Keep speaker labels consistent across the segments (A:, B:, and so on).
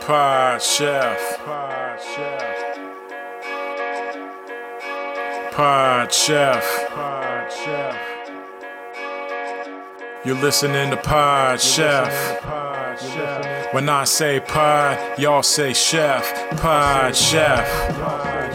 A: Pod Chef. Pod Chef. Pod Chef. Pod Chef. You're listening to Pod Chef. When I say pod, y'all say chef. Pod Chef.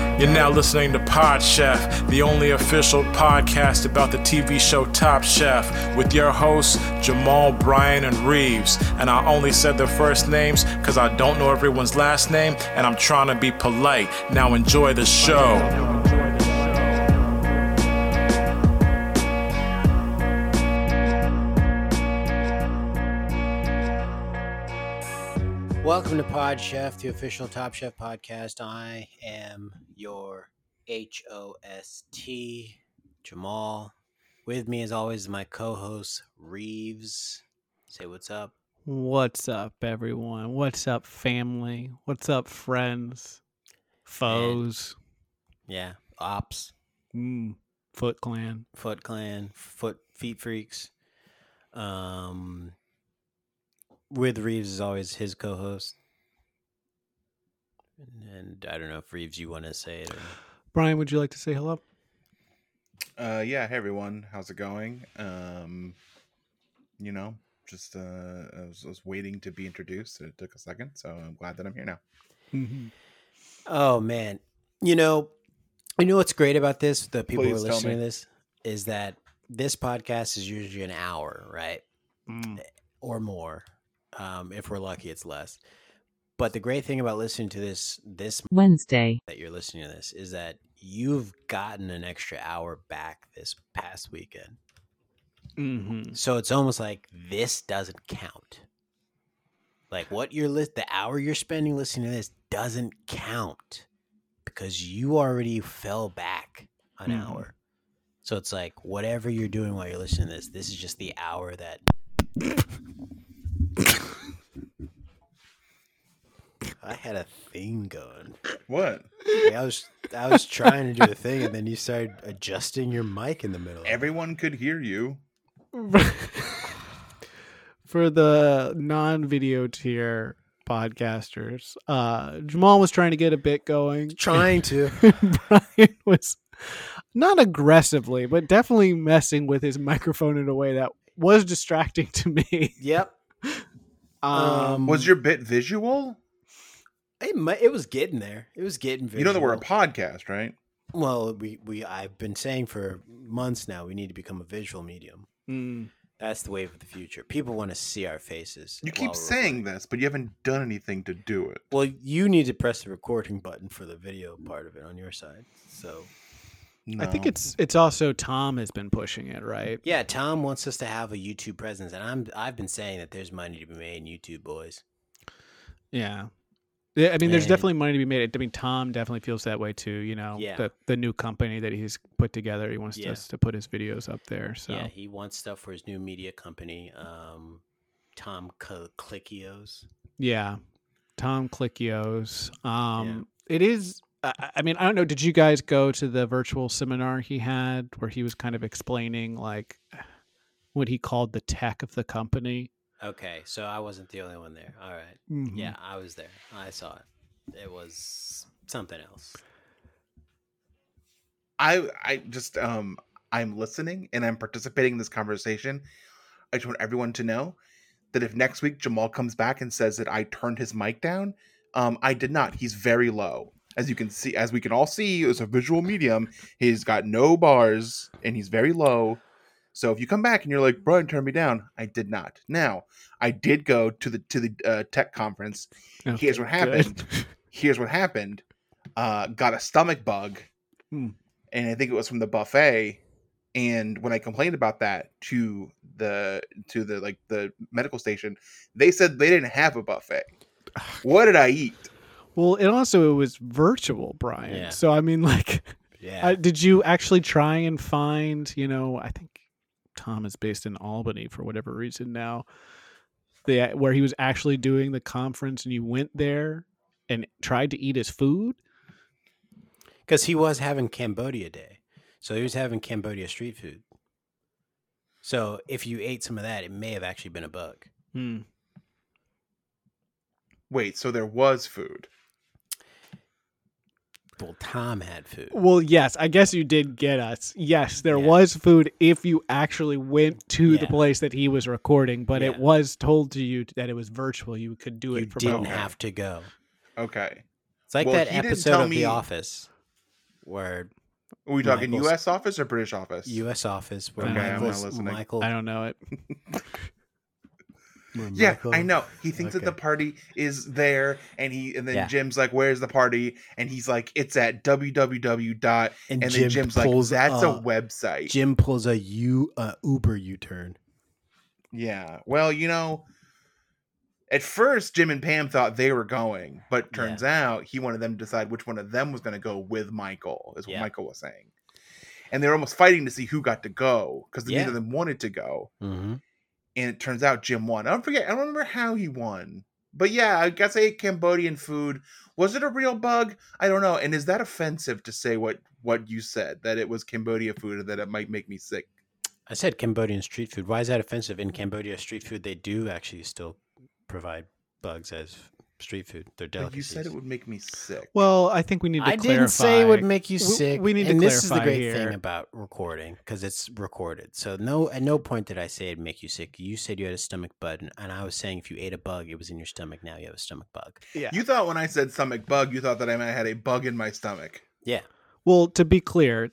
A: You're now listening to Pod Chef, the only official podcast about the TV show Top Chef, with your hosts Jamal, Bryan, and Reeves. And I only said their first names because I don't know everyone's last name, and I'm trying to be polite. Now enjoy the show.
B: Welcome to Pod Chef, the official Top Chef podcast. I am your H O S T Jamal. With me, as always, is my co-host Reeves. Say what's up.
C: What's up, everyone? What's up, family? What's up, friends? Foes?
B: Yeah, Ops,
C: Mm, Foot Clan?
B: Foot Clan, Foot Feet Freaks. Um, with Reeves is always his co-host. And I don't know if Reeves, you want to say it. Or...
C: Brian, would you like to say hello?
D: Uh, yeah. Hey everyone, how's it going? Um, you know, just uh, I was, was waiting to be introduced. and It took a second, so I'm glad that I'm here now.
C: Mm-hmm.
B: Oh man, you know, you know what's great about this? The people who are
D: Please tell
B: listening to
D: me.
B: this is that this podcast is usually an hour, right,
C: Mm.
B: or more. Um, if we're lucky, it's less. But the great thing about listening to this this month
E: Wednesday.
B: that you're listening to this is that you've gotten an extra hour back this past weekend.
C: Mhm.
B: So it's almost like this doesn't count. Like what you're list the hour you're spending listening to this doesn't count because you already fell back an
D: Mm-hmm.
C: Mhm.
B: hour. So it's like whatever you're doing while you're listening to this, this is just the hour that I had a thing going.
D: What?
B: Like, I was I was trying to do a thing and then you started adjusting your mic in the middle. of it.
D: Everyone could hear you.
C: Mm-hmm. For the non video tier podcasters, uh, Jamal was trying to get a bit going.
B: trying to
C: Brian was not aggressively, but definitely messing with his microphone in a way that was distracting to me.
B: Yep.
C: Um,
D: Was your bit visual?
B: It might, it was getting there. It was getting very
D: You know that we're a podcast, right?
B: Well, we we I've been saying for months now we need to become a visual medium.
C: Mm.
B: That's the wave of the future. People want to see our faces.
D: You
B: while
D: keep
B: we're
D: saying
B: recording.
D: this, but you haven't done anything to do it.
B: Well, you need to press the recording button for the video part of it on your side. So
D: No.
C: I think it's it's also Tom has been pushing it, right?
B: yeah, Tom wants us to have a YouTube presence, and I'm I've been saying that there's money to be made in YouTube, boys.
C: Yeah. Yeah, I mean, there's
B: And-
C: definitely money to be made. I mean, Tom definitely feels that way too. You know,
B: Yeah.
C: the the new company that he's put together, he wants
B: Yeah.
C: us to put his videos up there. So
B: Yeah, he wants stuff for his new media company, um, Tom Co- Clickios.
C: Yeah. Tom Clickios. Um it is I- I I mean, I don't know. Did you guys go to the virtual seminar he had where he was kind of explaining like what he called the tech of the company?
B: Okay, so I wasn't the only one there. All right. Yeah, I was there. I saw it. It was something else.
D: I I just um I'm listening and I'm participating in this conversation. I just want everyone to know that if next week Jamal comes back and says that I turned his mic down, um I did not. He's very low. As you can see as we can all see, it's a visual medium. He's got no bars and he's very low. So if you come back and you're like, "Brian, turn me down," I did not. Now, I did go to the to the uh, tech conference Here's what happened. here's what happened uh got a stomach bug
C: Hmm.
D: and i think it was from the buffet and when i complained about that to the to the like the medical station they said they didn't have a buffet what did i eat
C: Well, and also it was virtual, Brian.
B: Yeah.
C: So I mean, like,
B: Yeah.
C: uh, did you actually try and find? You know, I think Tom is based in Albany for whatever reason now. The where he was actually doing the conference, and you went there and tried to eat his food.
B: because he was having Cambodia Day, so he was having Cambodia street food. So if you ate some of that, it may have actually been a bug.
C: Hmm.
D: Wait, so there was food.
B: Well, Tom had food.
C: Well, yes, I guess you did get us. Yes, there
B: Yeah.
C: was food if you actually went to the
B: Yeah.
C: place that he was recording, but
B: Yeah.
C: it was told to you that it was virtual. You could do
B: You
C: it from
B: didn't
C: home.
B: have to go.
D: Okay.
B: It's like
D: Well,
B: that
D: he didn't
B: episode
D: tell
B: of
D: me-
B: The Office, where
D: Are we talking
B: Michael's-
D: U.S. office or British office?
B: U.S. Office, where
C: Okay, I'm not
B: Michael's,
D: listening.
B: Michael,
C: I don't know it.
B: where
D: Yeah,
B: Michael-
D: I know. He thinks that the
B: Okay.
D: party is there, and he and then
B: Yeah.
D: Jim's like, "Where's the party?" And he's like, "It's at www dot." And, then Jim's like,
B: pulls
D: "That's a
B: a-
D: website."
B: Jim pulls a U uh, Uber U turn.
D: yeah. Well, you know, at first Jim and Pam thought they were going, but turns out he wanted them to decide which one of them was going to go with Michael. Is what
B: Yeah.
D: Michael was saying. And they were almost fighting to see who got to go because neither
B: Yeah.
D: of them wanted to go.
B: Mm-hmm.
D: and it turns out Jim won. I don't forget. I don't remember how he won, but yeah, I guess I ate Cambodian food. Was it a real bug? I don't know. And is that offensive to say what what you said that it was Cambodia food and that it might make me sick?
B: I said Cambodian street food. Why is that offensive? In Cambodia, street food they do actually still provide bugs as street food. They're
D: But
B: delicacies.
D: you said it would make me sick.
C: Well, I think we need to
B: I
C: clarify.
B: didn't say it would make you
C: We-
B: sick.
C: we need to
B: and this is the
C: clarify
B: great
C: here.
B: thing about recording because it's recorded. So no, at no point did I say it'd make you sick. You said you had a stomach bug, and- and I was saying if you ate a bug, it was in your stomach. Now you have a stomach bug.
C: yeah.
D: you thought when I said stomach bug, you thought that I meant I had a bug in my stomach.
B: Yeah,
C: Well, to be clear,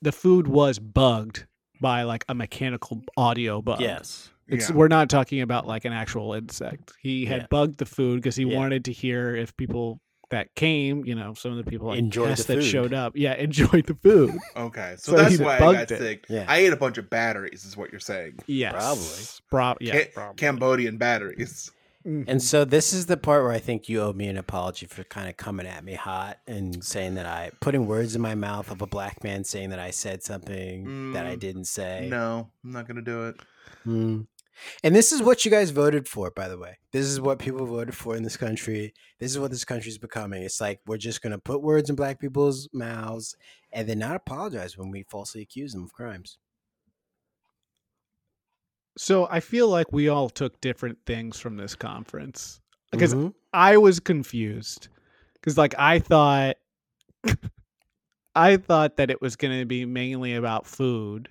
C: the food was bugged by like a mechanical audio bug.
B: yes,
C: It's
D: Yeah.
C: we're not talking about like an actual insect. He had
B: Yeah.
C: bugged the food because he
B: Yeah.
C: wanted to hear if people that came, you know, some of the people I
B: Enjoyed the
C: guess, that
B: food.
C: showed up, yeah, enjoyed the food.
D: Okay, so,
C: So
D: that's
C: he
D: why I
C: bugged
D: got
C: it.
D: sick.
B: Yeah.
D: I ate a bunch of batteries, is what you're saying.
C: yes, probably. yeah,
D: Ca-
C: probably.
D: Cambodian batteries.
C: Mhm.
B: And so this is the part where I think you owe me an apology for kind of coming at me hot and saying that I putting words in my mouth of a black man saying that I said something that I
D: Mm,
B: didn't say.
D: No, I'm not gonna do it.
B: Mm. And this is what you guys voted for, by the way. This is what people voted for in this country. This is what this country's becoming. It's like we're just going to put words in black people's mouths and then not apologize when we falsely accuse them of crimes.
C: So I feel like we all took different things from this conference because
B: Mhm.
C: I was confused because like I thought I thought that it was going to be mainly about food.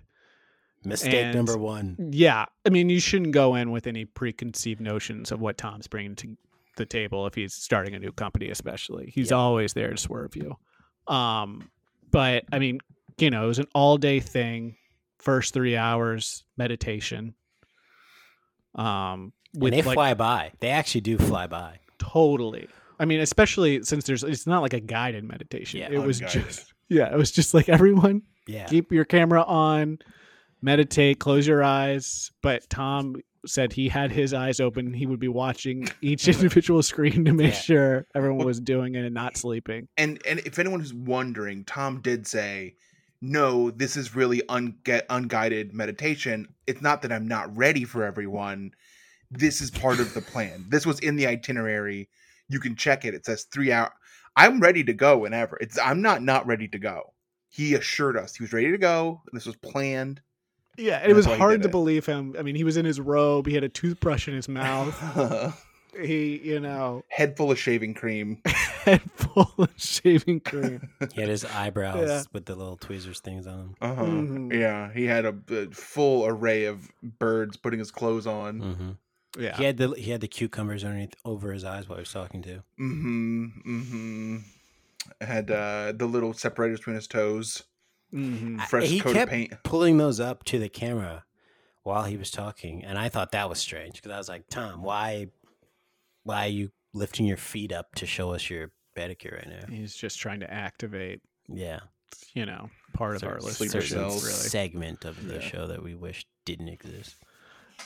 B: mistake
C: and-
B: number one.
C: Yeah, I mean you shouldn't go in with any preconceived notions of what Tom's bringing to the table if he's starting a new company especially. He's
B: Yeah.
C: always there to swerve you. Um but I mean, you know, it was an all-day thing, first 3 hours meditation. Um
B: And they
C: like-
B: fly by. They actually do fly by.
C: Totally. I mean, especially since there's it's not like a guided meditation.
B: Yeah.
C: it was
D: Unguided.
C: just yeah, it was just like everyone
B: Yeah.
C: keep your camera on, meditate, close your eyes. But Tom said he had his eyes open. He would be watching each individual screen to make
B: Yeah.
C: sure everyone was doing it and not sleeping.
D: and and if anyone who's wondering, Tom did say, "No, this is really unge- unguided meditation. It's not that I'm not ready for everyone. This is part of the plan. This was in the itinerary. You can check it. It says three hour. I'm ready to go whenever. It's I'm not not ready to go." He assured us he was ready to go. And this was planned.
C: Yeah,
D: That's
C: it was
D: why he
C: hard
D: did
C: to
D: it.
C: believe him. I mean, he was in his robe. He had a toothbrush in his mouth.
D: Head
C: he, you know,
D: full of shaving cream.
C: head full of shaving cream.
B: He had his eyebrows
C: Yeah.
B: with the little tweezers things on them.
D: Uh-huh.
C: Mhm.
D: Yeah, he had a, a full array of birds putting his clothes on.
B: hmm
C: Yeah.
B: He had the he had the cucumbers underneath over his eyes while he was talking to.
D: Mm-hmm. Mm-hmm. Had uh, the little separators between his toes,
C: Mhm.
B: I-
D: fresh
B: he
D: coat
B: kept
D: of paint.
B: pulling those up to the camera while he was talking, and I thought that was strange because I was like, Tom, why, why are you lifting your feet up to show us your pedicure right now?
C: He's just trying to activate,
B: Yeah,
C: you know, part of
B: Cer-
C: our
D: sleeper
B: certain
C: listenership,
D: cells.
C: really.
B: segment of the
D: Yeah.
B: show that we wish didn't exist.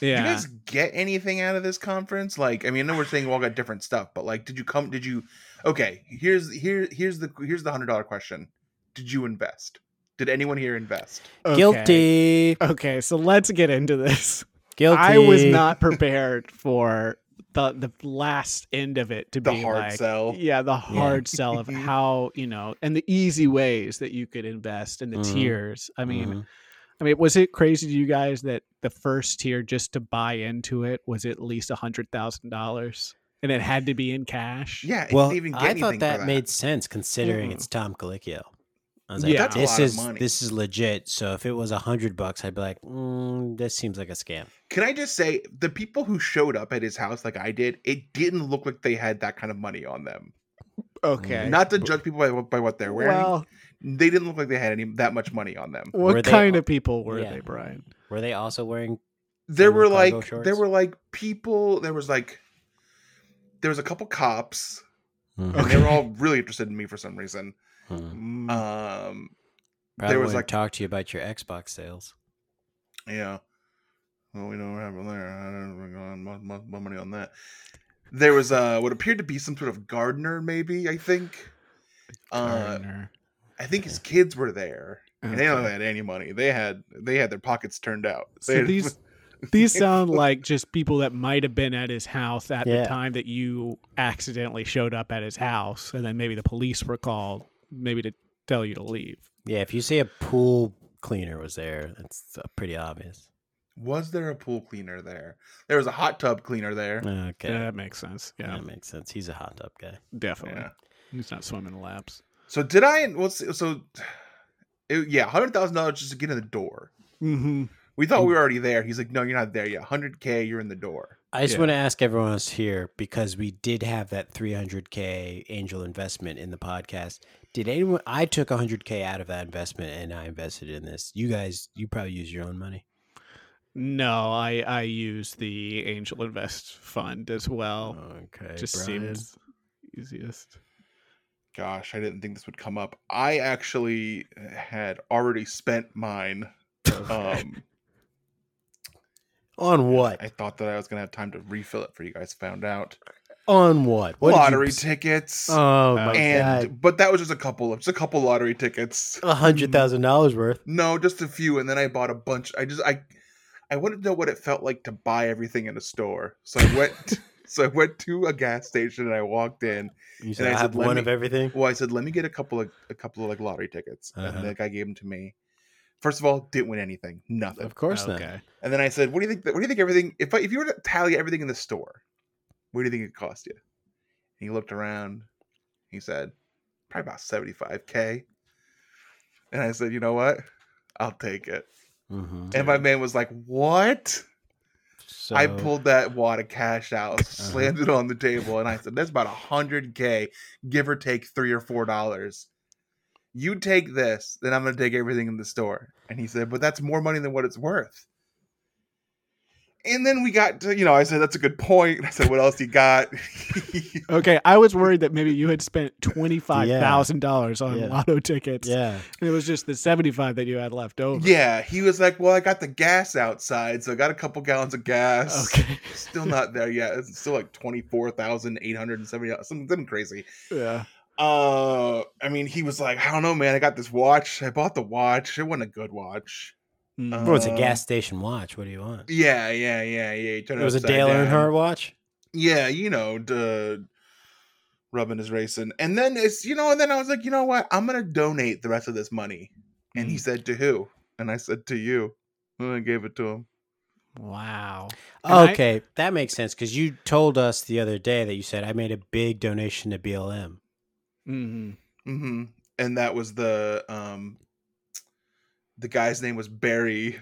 C: Yeah.
D: Did you guys get anything out of this conference? Like, I mean, I know we're saying we all got different stuff, but like, did you come? Did you? Okay, here's here here's the here's the hundred dollar question. Did you invest? Did anyone here invest?
C: Okay.
B: Guilty.
C: Okay, so let's get into this.
B: Guilty.
C: I was not prepared for the the last end of it to
D: The
C: be
D: hard
C: like,
D: sell. Mm-hmm.
C: yeah, the hard sell of how you know, and the easy ways that you could invest and the
B: Mhm.
C: tiers. I mean,
B: Mhm.
C: I mean, was it crazy to you guys that the first tier just to buy into it was at least a hundred thousand dollars, and it had to be in cash?
D: Yeah, it
B: well,
D: didn't even get
B: I
D: anything
B: thought
D: for
B: that, made
D: that.
B: sense considering
C: Mhm.
B: it's Tom Colicchio. I was
C: But
B: like,
C: that's
D: a
B: this
D: lot of
B: is
D: money.
B: this is legit. So if it was a hundred bucks, I'd be like, mm, this seems like a scam.
D: Can I just say the people who showed up at his house like I did, it didn't look like they had that kind of money on them.
C: Okay.
D: Not to judge people by, what- by what they're wearing.
C: well,
D: they didn't look like they had any that much money on them.
C: what
B: Were they-
C: kind of people were
B: Yeah.
C: they, Brian?
B: Were they also wearing?
D: There
B: Normal
D: were like
B: cargo
D: there
B: shorts?
D: were like people, there was like there was a couple cops
C: Mm-hmm.
D: and
B: Mhm.
D: they were all really interested in me for some reason.
B: Mhm.
C: Hmm.
D: Um
B: Probably
D: was,
B: wouldn't
D: like-
B: talk to you about your Xbox sales.
D: Yeah. Well, we know what happened there. I don't know. My, my, my money on that. There was uh, what appeared to be some sort of gardener, maybe, I think. Uh,
C: Gardener.
D: I think his kids were there. And they don't
C: Okay.
D: had any money. They had they had their pockets turned out.
C: So
D: They-
C: these these sound like just people that might have been at his house at
B: Yeah.
C: the time that you accidentally showed up at his house, and then maybe the police were called, maybe to tell you to leave.
B: Yeah, if you say a pool cleaner was there, that's uh, pretty obvious.
D: was there a pool cleaner there? There was a hot tub cleaner there.
B: Okay,
C: Yeah, that makes sense. Yeah,
B: that makes sense. He's a hot tub guy.
C: definitely.
D: Yeah.
C: He's not swimming in laps.
D: So did I? Well, so- so it, yeah, hundred thousand dollars just to get in the door.
C: Mm-hmm.
D: We thought
B: Mm.
D: we were already there. He's like, no, you're not there yet. Hundred k, you're in the door.
B: I just
C: Yeah.
B: want to ask everyone else here because we did have that 300k angel investment in the podcast. Did anyone? I took 100k out of that investment and I invested in this. You guys, you probably use your own money.
C: No, I I use the Angel Invest Fund as
D: Oh,
C: well.
B: okay,
C: just
B: Brian.
C: seems easiest.
D: Gosh, I didn't think this would come up. I actually had already spent mine. Um,
B: on what?
D: I thought that I was gonna have time to refill it for you guys. Found out
B: on what? what did you-
D: lottery tickets.
B: Oh my
D: and Mm. but that was just a couple of just a couple lottery tickets.
B: god, a hundred thousand dollars worth.
D: No, just a few, and then I bought a bunch. I just I I wanted to know what it felt like to buy everything in a store. So I went so I went to a gas station and I walked in.
B: You said
D: I
B: I,
D: said,
B: have
D: "Let
B: one
D: me-
B: of everything.
D: Well, I said, let me get a couple of a couple of like lottery tickets.
B: Uh-huh.
D: And the guy gave them to me. First of all, didn't win anything, nothing.
B: Of course not.
C: Okay.
D: And then I said, what do you think? What do you think everything? If I, if you were to tally everything in the store, what do you think it cost you? And he looked around. He said, probably about seventy five k. And I said, you know what? I'll take it.
B: Mhm.
D: And my man was like, "What?"
B: So,
D: I pulled that wad of cash out, slammed it on the table, and I said, "That's about a hundred k, give or take three or four dollars. You take this, then I'm gonna take everything in the store." And he said, "But that's more money than what it's worth." And then we got to, you know, I said, "That's a good point." I said, "What else you got?"
C: Okay, I was worried that maybe you had spent twenty five thousand dollars on
B: Yeah.
C: lotto tickets,
B: Yeah.
C: and it was just the seventy five that you had left over.
D: yeah, he was like, "Well, I got the gas outside, so I got a couple gallons of gas."
C: Okay.
D: Still not there yet. It's still like twenty four thousand eight hundred and seventy something something crazy.
C: Yeah.
D: Uh, I mean, he was like, I don't know, man. I got this watch. I bought the watch. It wasn't a good watch.
C: Mm.
D: Uh,
B: Bro, it's a gas station watch. What do you want?
D: Yeah, yeah, yeah, yeah. He turned
B: It was a
D: upside
B: Dale
D: down.
B: Earnhardt watch.
D: Yeah, you know, duh, rubbing his racing. And then it's, you know, and then I was like, you know what? I'm gonna donate the rest of this money. And
B: Mm.
D: he said, to who? And I said, to you. And I gave it to him.
C: wow. And I-
B: Okay, that makes sense because you told us the other day that you said I made a big donation to BLM.
C: Mhm.
D: hmm And that was the um, the guy's name was Barry,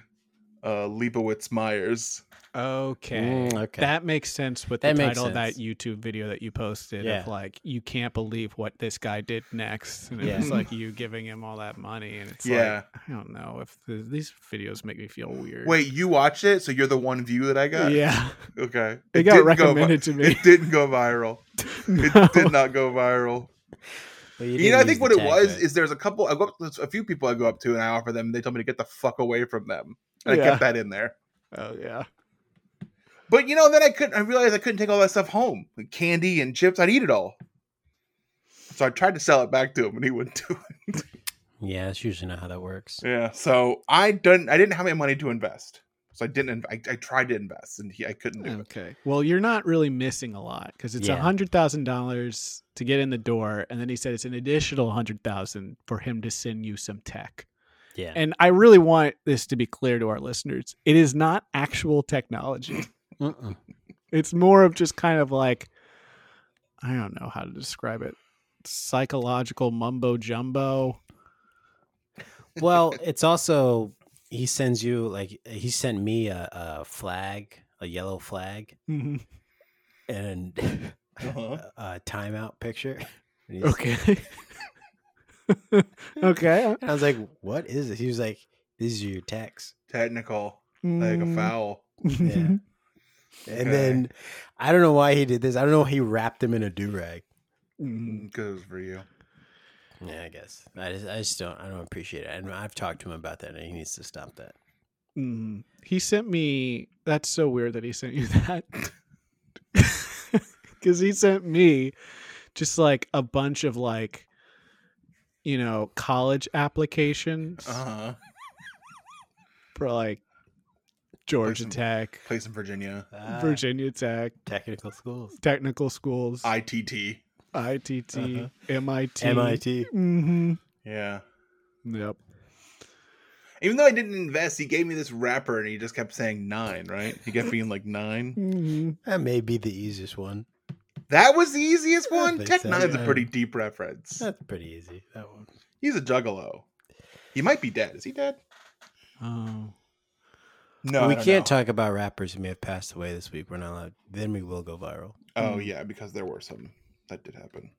D: uh, Leibowitz Myers.
C: Okay.
B: Mm, okay.
C: That makes sense with
B: That
C: the
B: makes
C: title of that
B: sense.
C: YouTube video that you posted
B: Yeah.
C: of like you can't believe what this guy did next, and it was
D: Yeah.
C: like you giving him all that money, and it's
D: Yeah.
C: like I don't know if the, these videos make me feel weird.
D: Wait, you watched it, so you're the one view that I got.
C: yeah,
D: Okay.
C: it, got
D: didn't vi-
C: recommended to me.
D: It didn't go viral.
C: No.
D: It did not go viral.
B: Well,
D: You,
B: didn't
D: know, I
B: use
D: think
B: the
D: what it
B: tag
D: was
B: right.
D: is there's a couple. I go up to a few people I go up to and I offer them. They tell me to get the fuck away from them, and I
C: Yeah.
D: kept that in there.
C: Oh yeah.
D: But you know, then I couldn't. I realized I couldn't take all that stuff home, like candy and chips. I'd eat it all. So I tried to sell it back to him, and he wouldn't do it.
B: Yeah, that's usually not how that works.
D: Yeah. So I didn't. I didn't have any money to invest. So I didn't. I, I tried to invest, and he, I couldn't do it.
C: Okay. Well, you're not really missing a lot because it's a
B: Yeah.
C: hundred thousand dollars to get in the door, and then he said it's an additional hundred thousand for him to send you some tech.
B: Yeah.
C: And I really want this to be clear to our listeners: it is not actual technology.
B: Mm-mm.
C: It's more of just kind of like I don't know how to describe it. Psychological mumbo jumbo.
B: well, it's also he sends you like he sent me a, a flag, a yellow flag,
D: Mm-hmm.
B: and
D: Uh-huh.
B: a, a timeout picture. And he's-
C: Okay. okay.
B: I was like, "What is it?" He was like, "These are your texts."
D: Technical, like a
C: Mm.
D: foul.
B: Yeah. And
D: Okay.
B: then I don't know why he did this. I don't know. He wrapped him in a do rag.
C: Mm.
D: Goes for you.
B: Yeah, I guess. I just, I just don't. I don't appreciate it. And I've talked to him about that, and he needs to stop that. Mm-hmm.
C: Mm. He sent me. That's so weird that he sent you that. Because he sent me just like a bunch of like, you know, college applications
D: Uh
B: Uh-huh.
D: huh.
C: for like Georgia
D: Placement.
C: Tech,
D: Place in Virginia.
B: Ah,
C: Virginia Tech,
B: technical schools,
C: technical schools,
D: ITT.
C: ITT,
D: Uh-huh.
C: MIT.
B: MIT.
C: Mm-hmm.
D: Yeah.
C: Yep.
D: Even though I didn't invest, he gave me this wrapper, and he just kept saying nine. Right? He kept being like nine.
C: Mm-hmm.
B: That may be the easiest one.
D: That was the easiest
B: I
D: one.
B: think
D: Tech
B: so,
D: nine's
B: yeah.
D: a pretty deep reference.
B: That's pretty easy. That one.
D: He's a juggalo. He might be dead. Is he dead?
C: Oh.
D: No,
B: we can't talk about rappers who may have passed away this week. We're not allowed. Then we will go viral.
D: Oh
C: Mm.
D: yeah, because there were some that did happen.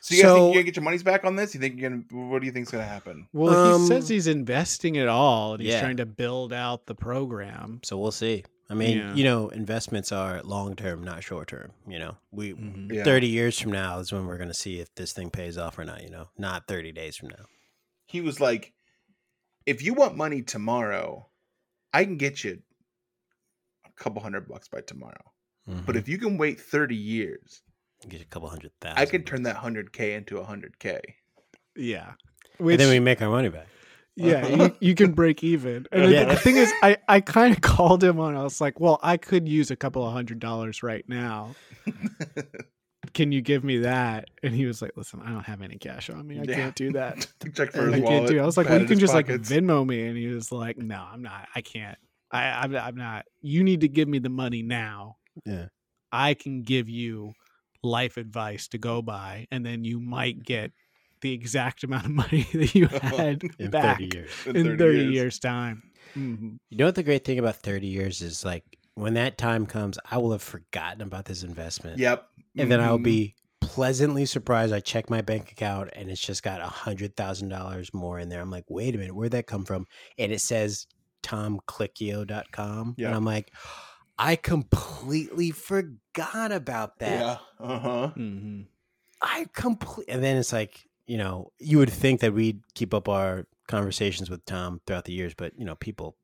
D: So you guys
B: So-
D: think you're gonna get your monies back on this? You think you're gonna? What do you think's gonna happen?
C: Well, he
B: Um,
C: says he's investing it all and he's
B: yeah.
C: trying to build out the program.
B: So we'll see. I mean,
C: Yeah.
B: you know, investments are long term, not short term. You know, we
C: Mhm.
D: Yeah.
B: 30 years from now is when we're going to see if this thing pays off or not, you know, not 30 days from now.
D: He was like, "If you want money tomorrow, I can get you a couple hundred bucks by tomorrow.
B: Hmm.
D: But if you can wait thirty years,
B: you Mm-hmm. get a couple hundred thousand,
D: I can turn that hundred k into a hundred k."
C: Yeah.
B: and
C: Which,
B: then we make our money back.
C: yeah,
D: Uh-huh.
C: you, you can break even. And
B: Yeah.
C: the, the thing is, I, I kind of called him on. I was like, well, I could use a couple of hundred dollars right now. Can you give me that? And he was like, listen, I don't have any cash on me. I
D: Yeah.
C: can't do that.
D: Check for
C: I
D: his
C: can't
D: wallet.
C: do it. I was like,
D: pat
C: well, you
D: in
C: can
D: his
C: just
D: pockets.
C: like Venmo me. And he was like, no, I'm not. I can't. I, I'm, I'm not. You need to give me the money now.
B: Yeah.
C: I can give you life advice to go by, and then you might get the exact amount of money that you had
B: In
C: back
B: 30 years.
C: in 30, years. time. Mhm.
B: You know what the great thing about 30 years is like when that time comes, I will have forgotten about this investment.
D: Yep.
B: And then I'll
D: Mhm.
B: be pleasantly surprised. I check my bank account and it's just got a hundred thousand dollars more in there. I'm like, wait a minute, where'd that come from? And it says tomclickio.com.
D: Yeah.
B: And I'm like, I completely forgot about that.
D: Yeah. Uh huh.
B: Mm-hmm.
C: Mhm.
B: I complete, and then it's like you know, you would think that we'd keep up our conversations with Tom throughout the years, but you know, people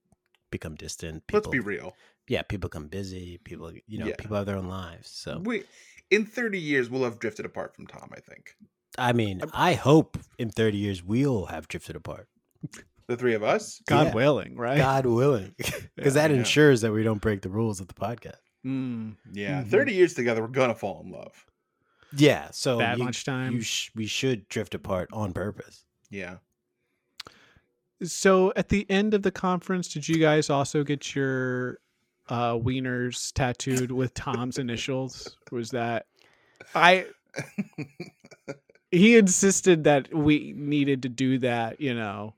B: become distant. People,
D: Let's be real.
B: Yeah, people become busy. People, you know,
D: Yeah.
B: people have their own lives. So,
D: We in 30 years we'll have drifted apart from Tom, I think.
B: I mean, I hope in thirty years we'll have drifted apart,
D: The three of us?
C: God
B: Yeah.
C: willing, right?
B: God willing, because that
D: yeah.
B: ensures that we don't break the rules of the podcast.
C: Mm.
D: Yeah.
C: Mhm.
D: 30 years together we're going to fall in love.
B: Yeah, so
C: that
B: you,
C: much time.
B: you sh- we should drift apart on purpose.
D: Yeah.
C: so at the end of the conference, did you guys also get your uh, wieners tattooed with Tom's initials? Was that I? He insisted that we needed to do that, you know,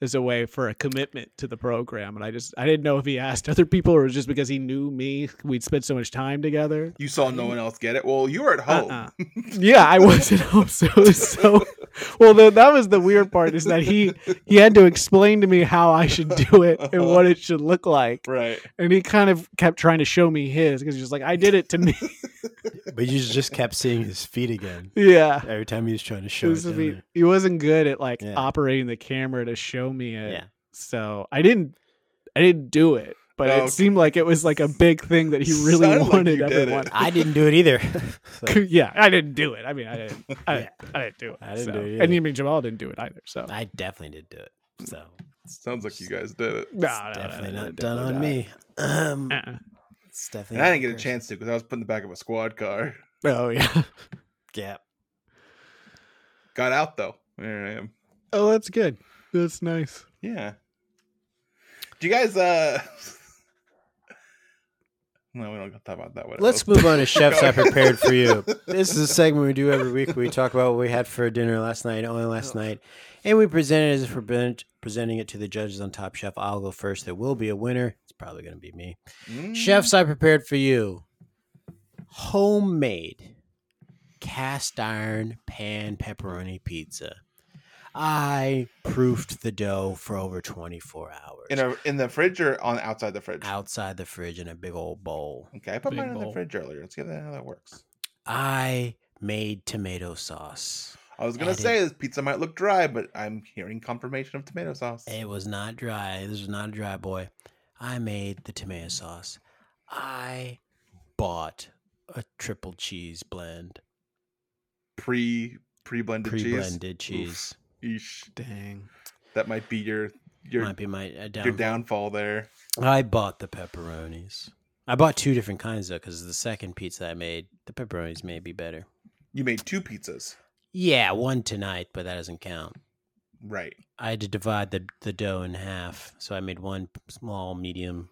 C: as a way for a commitment to the program, and I just I didn't know if he asked other people or it was just because he knew me. We'd spent so much time together.
D: You saw no one else get it. Well, you were at home.
C: Uh-uh. Yeah, I was at home. So, so well, the, that was the weird part is that he he had to explain to me how I should do it and what it should look like,
D: Uh-huh. Right.
C: and he kind of kept trying to show me his because he was like, "I did it to me."
B: But you just kept seeing his feet again
C: yeah,
B: every time he was trying to
C: It
B: show.
C: was-
B: it down
C: he,
B: there.
C: he wasn't good at like
B: Yeah.
C: operating the camera to show me it.
B: Yeah.
C: So I didn't I didn't do it. but
D: Oh, Okay.
C: it seemed like it was like a big thing that he really
D: Sounded like
C: wanted
D: you did
C: everyone.
D: it.
B: I didn't do it either. So,
C: yeah, I didn't do it. I mean, I didn't. I, I didn't do it.
B: I didn't
C: so.
B: do it
C: And
B: either.
C: you mean Jamal didn't do it either. So
B: I definitely did do it. So
D: Sounds like you guys did it.
C: no,
B: it's
C: no, no,
B: definitely
C: no,
B: not
C: no,
B: done on
C: definitely
B: me. Um,
C: not. Uh-uh.
B: it's definitely.
D: And I
B: not
D: didn't get a
B: cursed.
D: chance to because I was put in the back of a squad car.
C: Oh yeah.
B: Yeah.
D: Got out though. There I am.
C: Oh, that's good. That's nice.
D: Yeah. Do you guys uh No, we don't talk about that one.
B: Let's move on to chefs I prepared for you. This is a segment we do every week. where We talk about what we had for dinner last night, only last night, and we present it as if we're present- presenting it to the judges on Top Chef. I'll go first. There will be a winner. It's probably going to be me.
D: Mm.
B: Chefs I prepared for you. Homemade cast iron pan pepperoni pizza. I proofed the dough for over 24 hours
D: in a in the fridge or on outside the fridge?
B: outside the fridge in a big old bowl.
D: Okay, I put
C: Big
D: mine in the
C: bowl.
D: fridge earlier. Let's see how that, how that works.
B: I made tomato sauce.
D: I was gonna
B: Added-
D: say this pizza might look dry, but I'm hearing confirmation of tomato sauce.
B: It was not dry. This was not a dry boy. I made the tomato sauce. I bought a triple cheese blend,
D: Pre pre blended
B: pre
D: cheese.
B: blended cheese.
D: Eesh.
C: Dang.
D: That might be your your
B: Might be my uh,
D: your
B: down.
D: downfall there.
B: I bought the pepperonis. I bought two different kinds though, because the second pizza I made, the pepperonis may be better.
D: You made two pizzas.
B: Yeah, one tonight, but that doesn't count.
D: Right.
B: I had to divide the the dough in half, so I made one small, medium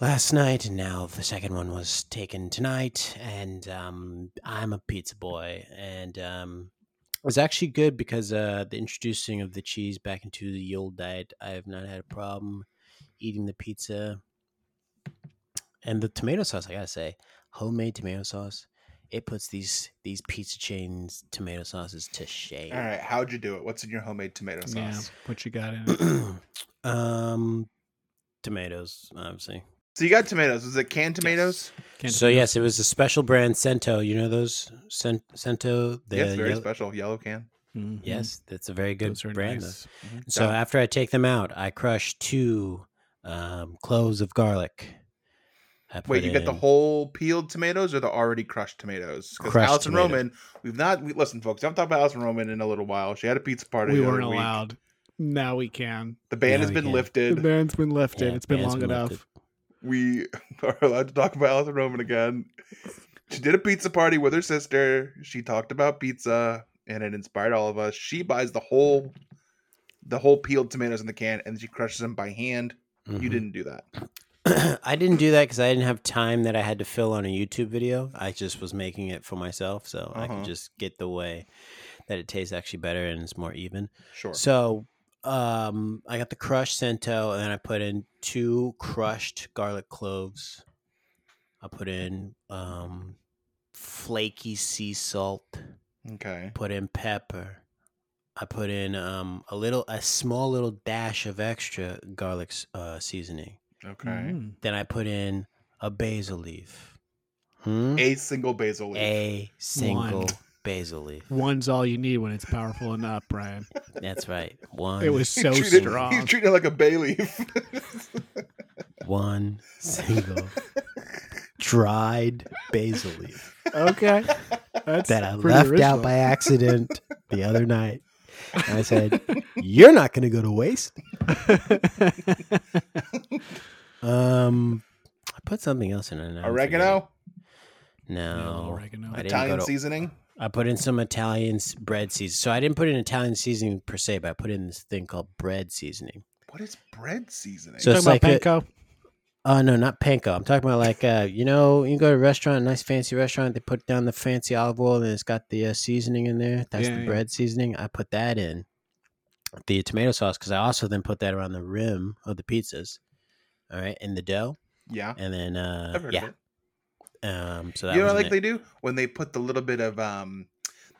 B: last night, and now the second one was taken tonight. And um, I'm a pizza boy, and um, it was actually good because uh, the introducing of the cheese back into the old diet, I have not had a problem eating the pizza and the tomato sauce. I gotta say, homemade tomato sauce. It puts these these pizza chains tomato sauces to shame.
D: All right. How'd you do it? What's in your homemade tomato
C: Yeah.
D: sauce?
C: What you got in it?
B: um, tomatoes, obviously.
D: So you got tomatoes. Was it canned tomatoes?
C: Can't
B: so yes, it was a special brand Cento. You know those Cen- Cento. The
D: Yeah, it's very
B: yellow-
D: special. Mm-hmm. Yellow can. Mm-hmm.
C: Mhm.
B: Yes, that's a very good
C: Those are
B: brand.
C: nice.
B: though. So after I take them out, I crush two um, cloves of garlic. I
D: Wait,
B: put
D: you get the
B: in-
D: whole peeled tomatoes or the already crushed tomatoes? Because
B: Crushed
D: Allison
B: tomato.
D: Roman, we've not we, listen, folks. I'm talking about Allison Roman in a little while. She had a pizza party.
C: We
D: the other
C: weren't
D: week.
C: allowed. Now we can.
D: The ban
B: Now
D: has
B: we
D: been
B: can.
C: The
D: lifted.
C: band's been lifted.
B: Yeah,
C: it's been
B: band's
C: long
B: been
C: enough.
B: lifted.
D: We are allowed to talk about Allison Roman again. She did a pizza party with her sister. She talked about pizza, and it inspired all of us. She buys the whole, the whole peeled tomatoes in the can, and she crushes them by hand. You
B: Mhm.
D: didn't do that.
B: I didn't do that because I didn't have time that I had to fill on a YouTube video. I just was making it for myself, so I
D: Uh-huh.
B: could just get the way that it tastes actually better and it's more even.
D: Sure.
B: So um I got the crushed cento and then I put in two crushed garlic cloves. I put in um flaky sea salt,
D: okay.
B: put in pepper. I put in um a little a small little dash of extra garlic s- uh seasoning.
D: Okay.
C: Mm.
B: Then I put in a basil leaf. Hmm?
D: A single basil leaf.
B: A single basil leaf.
C: One's all you need when it's powerful enough, Brian.
B: That's right. One
C: It was so
D: He treated- He's
C: strong.
D: treating it like a bay leaf.
B: one single dried basil leaf
C: okay. That's
B: that I
C: pretty
B: left
C: original.
B: out by accident the other night. And I said, "You're not going to go to waste." Um, I put something else in it. and I forget
D: Oregano,
B: it. No,
C: oregano.
B: I didn't go
D: Italian
B: to-
D: seasoning.
B: I put in some Italian s- bread seasoning. So I didn't put in Italian seasoning per se, but I put in this thing called bread seasoning.
D: What is bread seasoning?
B: So-
C: Talking
B: it's
C: about
B: like a-
C: panko.
B: Oh no, not panko. I'm talking about like uh, you know, you go to a restaurant, a nice fancy restaurant, they put down the fancy olive oil and it's got the uh, seasoning in there. That's
C: Yeah,
B: the
C: yeah.
B: bread seasoning. I put that in the tomato sauce because I also then put that around the rim of the pizzas. All right, in the dough,
D: yeah,
B: and then uh,
D: I've heard
B: yeah.
D: of
B: Um, so
D: it.
B: that
D: You know,
B: was
D: what I
B: in
D: like
B: it.
D: they do when they put the little bit of um,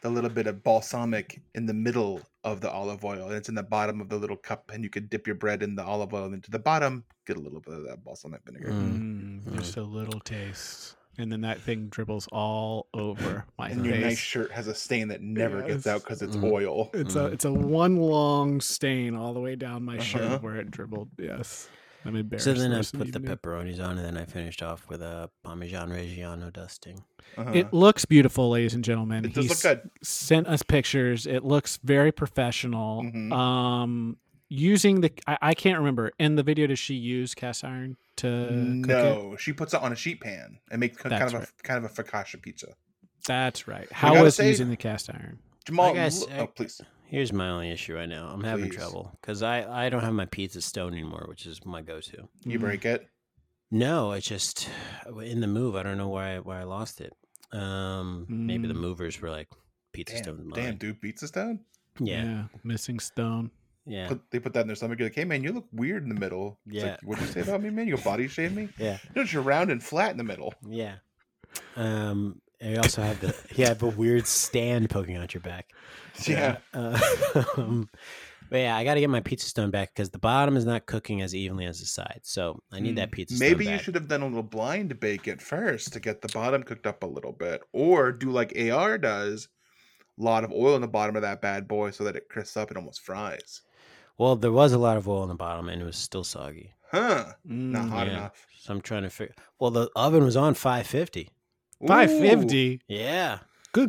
D: the little bit of balsamic in the middle of the olive oil, and it's in the bottom of the little cup, and you could dip your bread in the olive oil into the bottom, get a little bit of that balsamic vinegar.
B: Mm.
C: Mm, just a little taste. And then that thing dribbles all over my
D: And your
C: face.
D: nice shirt has a stain that never gets
C: Yes.
D: out because it's
B: Mm.
D: oil.
C: It's a
B: Mm.
C: it's a one long stain all the way down my
D: Mm-hmm. Uh-huh.
C: shirt where it dribbled. Yes. I'm embarrassed.
B: So then
C: the
B: I
C: rest of
B: put the
C: evening.
B: pepperonis on, and then I finished off with a Parmesan Reggiano dusting.
D: Uh-huh.
C: It looks beautiful, ladies and gentlemen.
D: It does
C: He
D: look good.
C: sent us pictures. It looks very professional.
D: Mhm.
C: Um, using the I, I can't remember in the video does she use cast iron
B: uh,
C: to cook it?
D: no, she puts it on a sheet pan and makes kind
C: That's
D: of
C: right.
D: a kind of a focaccia pizza.
C: That's right. How
D: gotta
C: was
D: say-
C: using the cast iron?
D: Jamal,
B: guess
D: look-
B: I-
D: oh please,
B: Here's my only issue right now. I'm having
D: Please.
B: trouble because I I don't have my pizza stone anymore, which is my go-to.
D: you
C: Mm.
D: break it.
B: No, I just in the move. I don't know why I, why I lost it. Um, maybe the
C: Mm.
B: movers were like pizza stone's
D: Damn,
B: mine.
D: damn, dude, pizza stone.
B: Yeah, yeah.
C: missing stone.
B: yeah.
D: Put, they put that in their stomach. You're like, hey man, you look weird in the middle. It's
B: Yeah.
D: Like, What'd you say about me, man? You body shame me?
B: Yeah.
D: No, you're round and flat in the middle.
B: Yeah. Um, and you also have the you have a weird stand poking out your back.
D: Yeah.
B: Uh, um, but yeah, I got to get my pizza stone back because the bottom is not cooking as evenly as the side. So I need that pizza.
D: Mm, Maybe
B: stone
D: you
B: back.
D: should have done a little blind bake at first to get the bottom cooked up a little bit, or do like AR does, a lot of oil in the bottom of that bad boy so that it crisps up and almost fries.
B: Well, there was a lot of oil in the bottom, and it was still soggy.
D: Huh? Not
C: Mm.
D: hot
B: yeah.
D: enough.
B: So I'm trying to figure. Well, the oven was on 550.
C: Five
D: Ooh,
C: fifty.
B: Yeah,
C: Good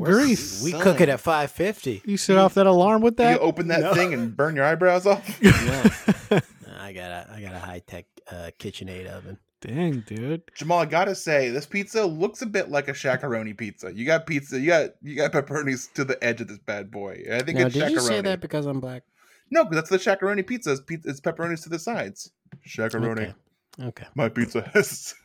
C: grief!
D: Where's-
B: we cook it
D: Son.
B: at 550.
C: You set off that alarm with
D: you
C: that?
D: open that
C: No.
D: thing and burn your eyebrows off.
B: No, I got a I got a high tech uh, KitchenAid oven.
C: Dang, dude.
D: Jamal, I gotta say, this pizza looks a bit like a shakaroni pizza. You got pizza, you got you got pepperonis to the edge of this bad boy. I think
B: Now,
D: it's
B: did
D: shakaroni.
B: you say that because I'm black?
D: No, because that's the shakaroni pizza. It's, pizza, it's pepperonis to the sides. Shakaroni.
B: Okay. Okay.
D: My pizza has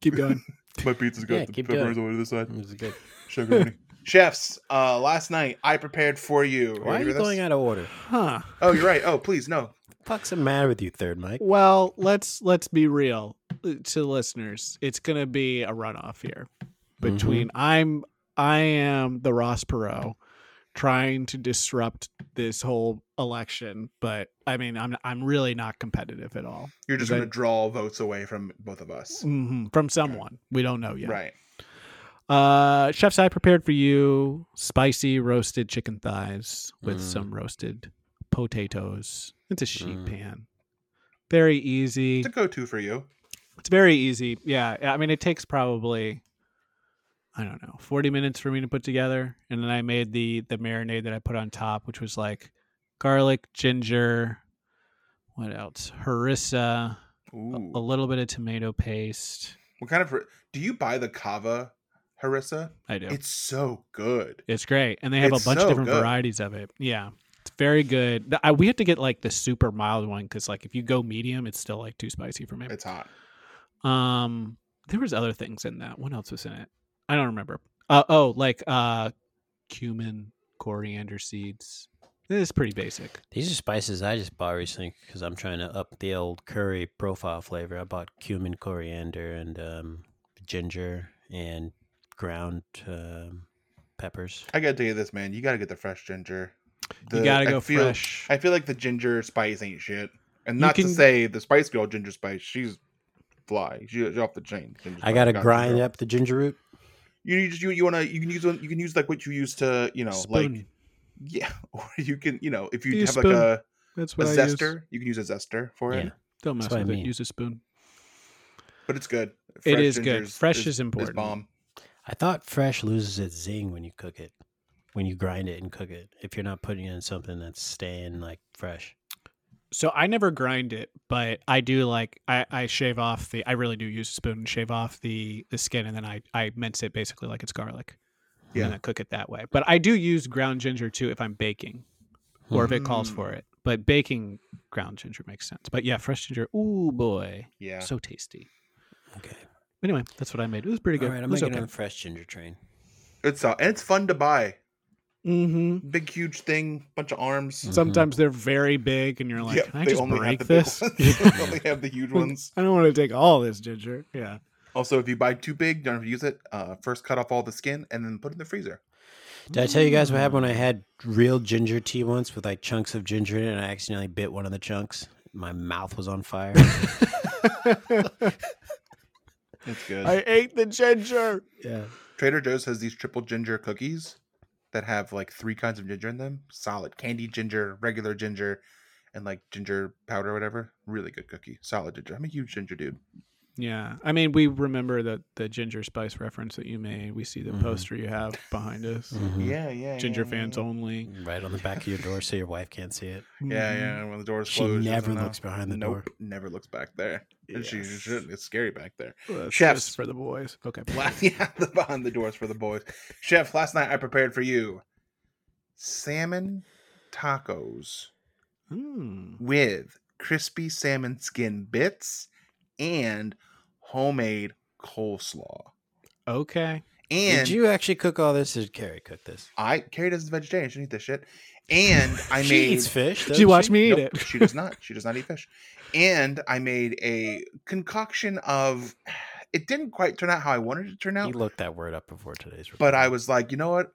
C: Keep going.
D: my pizza's got
B: Yeah,
D: the
B: keep doing
D: pepperonis
B: it.
D: over to the side.
B: It was good.
D: Shakaroni. Chefs, uh, last night I prepared for you.
B: Why are
D: ready
B: you
D: for this?
B: going out of order?
C: Huh.
D: Oh, you're right. Oh, please no.
B: Fuck's the matter with you, third Mike?
C: Well, let's let's be real uh, to the listeners. It's gonna be a runoff here between
B: Mm-hmm.
C: I'm I am the Ross Perot trying to disrupt this whole election, but I mean I'm I'm really not competitive at all
D: You're just
C: But-
D: gonna draw votes away from both of us.
C: Mhm. from someone we don't know yet.
D: Right.
C: Uh, chefs, I prepared for you spicy roasted chicken thighs with
B: Mm.
C: some roasted potatoes. It's a sheet
B: Mm.
C: pan. Very easy.
D: It's a go-to for you.
C: It's very easy. Yeah. I mean, it takes probably, I don't know, 40 minutes for me to put together. And then I made the, the marinade that I put on top, which was like garlic, ginger, what else? Harissa, a,
D: Ooh.
C: a little bit of tomato paste.
D: What kind of do you buy the kava harissa?
C: I do.
D: It's so good.
C: It's great, and they have
D: It's
C: a bunch
D: so
C: of different
D: good.
C: varieties of it. Yeah, it's very good. Th- I, we have to get like the super mild one because like if you go medium, it's still like too spicy for me.
D: It's hot.
C: Um, there was other things in that. What else was in it? I don't remember. Uh, oh, like uh, cumin, coriander seeds. This is pretty basic.
B: These are spices I just bought recently because I'm trying to up the old curry profile flavor. I bought cumin, coriander, and um, ginger and ground um, peppers.
D: I gotta tell you this, man. You gotta get the fresh ginger. The,
C: you gotta
D: I
C: go
D: feel-
C: fresh.
D: I feel like the ginger spice ain't shit. And
C: You
D: not to
C: can-
D: say the Spice Girl ginger spice, she's fly. She- She's off the chain. Ginger
B: I
D: Spice
B: gotta
D: Girl.
B: grind up the ginger root.
D: You need- you you wanna you can use one- you can use like what you use to you know like
C: Spoon.
D: yeah or you can you know if you
C: Use
D: have like
C: spoon.
D: a,
C: That's
D: a
C: what I
D: zester
C: use.
D: you can use a zester for
B: Yeah.
D: it
C: Don't mess
B: That's what I
C: with
B: mean.
C: it. Use a spoon.
D: but it's good.
C: It
D: Fresh
C: is good.
D: ginger
C: Fresh is important.
D: bomb.
B: I thought fresh loses its zing when you cook it, when you grind it and cook it. If you're not putting in something that's staying like fresh.
C: so I never grind it, but I do like I, I shave off the I really do use a spoon and shave off the the skin and then I I mince it basically like it's garlic.
D: Yeah.
C: And then I cook it that way. But I do use ground ginger too if I'm baking or if it calls
D: Hmm.
C: for it. But baking ground ginger makes sense. But yeah, fresh ginger. Ooh boy.
D: Yeah.
C: So tasty.
B: Okay.
C: Anyway, that's what I made. It was pretty good.
B: All right, I'm
C: it was
B: making
C: okay.
B: on the fresh ginger train.
D: It's uh, and it's fun to buy.
C: Mm-hmm.
D: Big huge thing, bunch of arms.
B: Mhm.
C: Sometimes they're very big and you're like,
D: Yep,
C: Can I just break
D: have the
C: this?
D: Big ones. they only have the huge ones.
C: I don't want to take all this ginger. Yeah.
D: Also, if you buy too big, don't have to use it. Uh, first, cut off all the skin and then put it in the freezer.
B: Did I tell you guys what happened when I had real ginger tea once with like chunks of ginger in it and I accidentally bit one of the chunks? My mouth was on fire.
D: It's good.
C: I ate the ginger.
B: yeah.
D: Trader Joe's has these triple ginger cookies that have like three kinds of ginger in them: solid candy ginger, regular ginger, and like ginger powder or whatever. Really good cookie. Solid ginger. I'm a huge ginger dude.
C: Yeah, I mean, we remember that the ginger spice reference that you made. We see the
B: Mhm.
C: poster you have behind us.
B: Mm-hmm.
D: Yeah, yeah.
C: Mm-hmm. Ginger
D: yeah,
C: fans
D: yeah.
C: only.
B: Right on the back of your door so your wife can't see it.
D: Yeah,
C: Mm-hmm.
D: yeah. When the door's
B: She
D: closed,
B: never
D: doesn't know.
B: looks behind the
D: nope,
B: door.
D: Never looks back there. And she
C: Mm-hmm. Yes.
D: shouldn't. It's scary back there.
C: Well, that's
D: Chefs.
C: just for the boys. Okay.
D: La- yeah, the behind the doors for the boys. Chef, last night I prepared for you salmon tacos
C: Mm.
D: with crispy salmon skin bits and homemade coleslaw.
C: Okay.
D: And
B: Did you actually cook all this or did Carrie cook this?
D: I Carrie doesn't vegetarian. She doesn't eat this shit. And I
B: she
D: made
B: eats fish.
C: Did you watch me eat
D: Nope,
C: it?
D: she does not. She does not eat fish. And I made a concoction of. It didn't quite turn out how I wanted it to turn
B: He
D: out,
B: looked that word up before today's recording.
D: but I was like, you know what?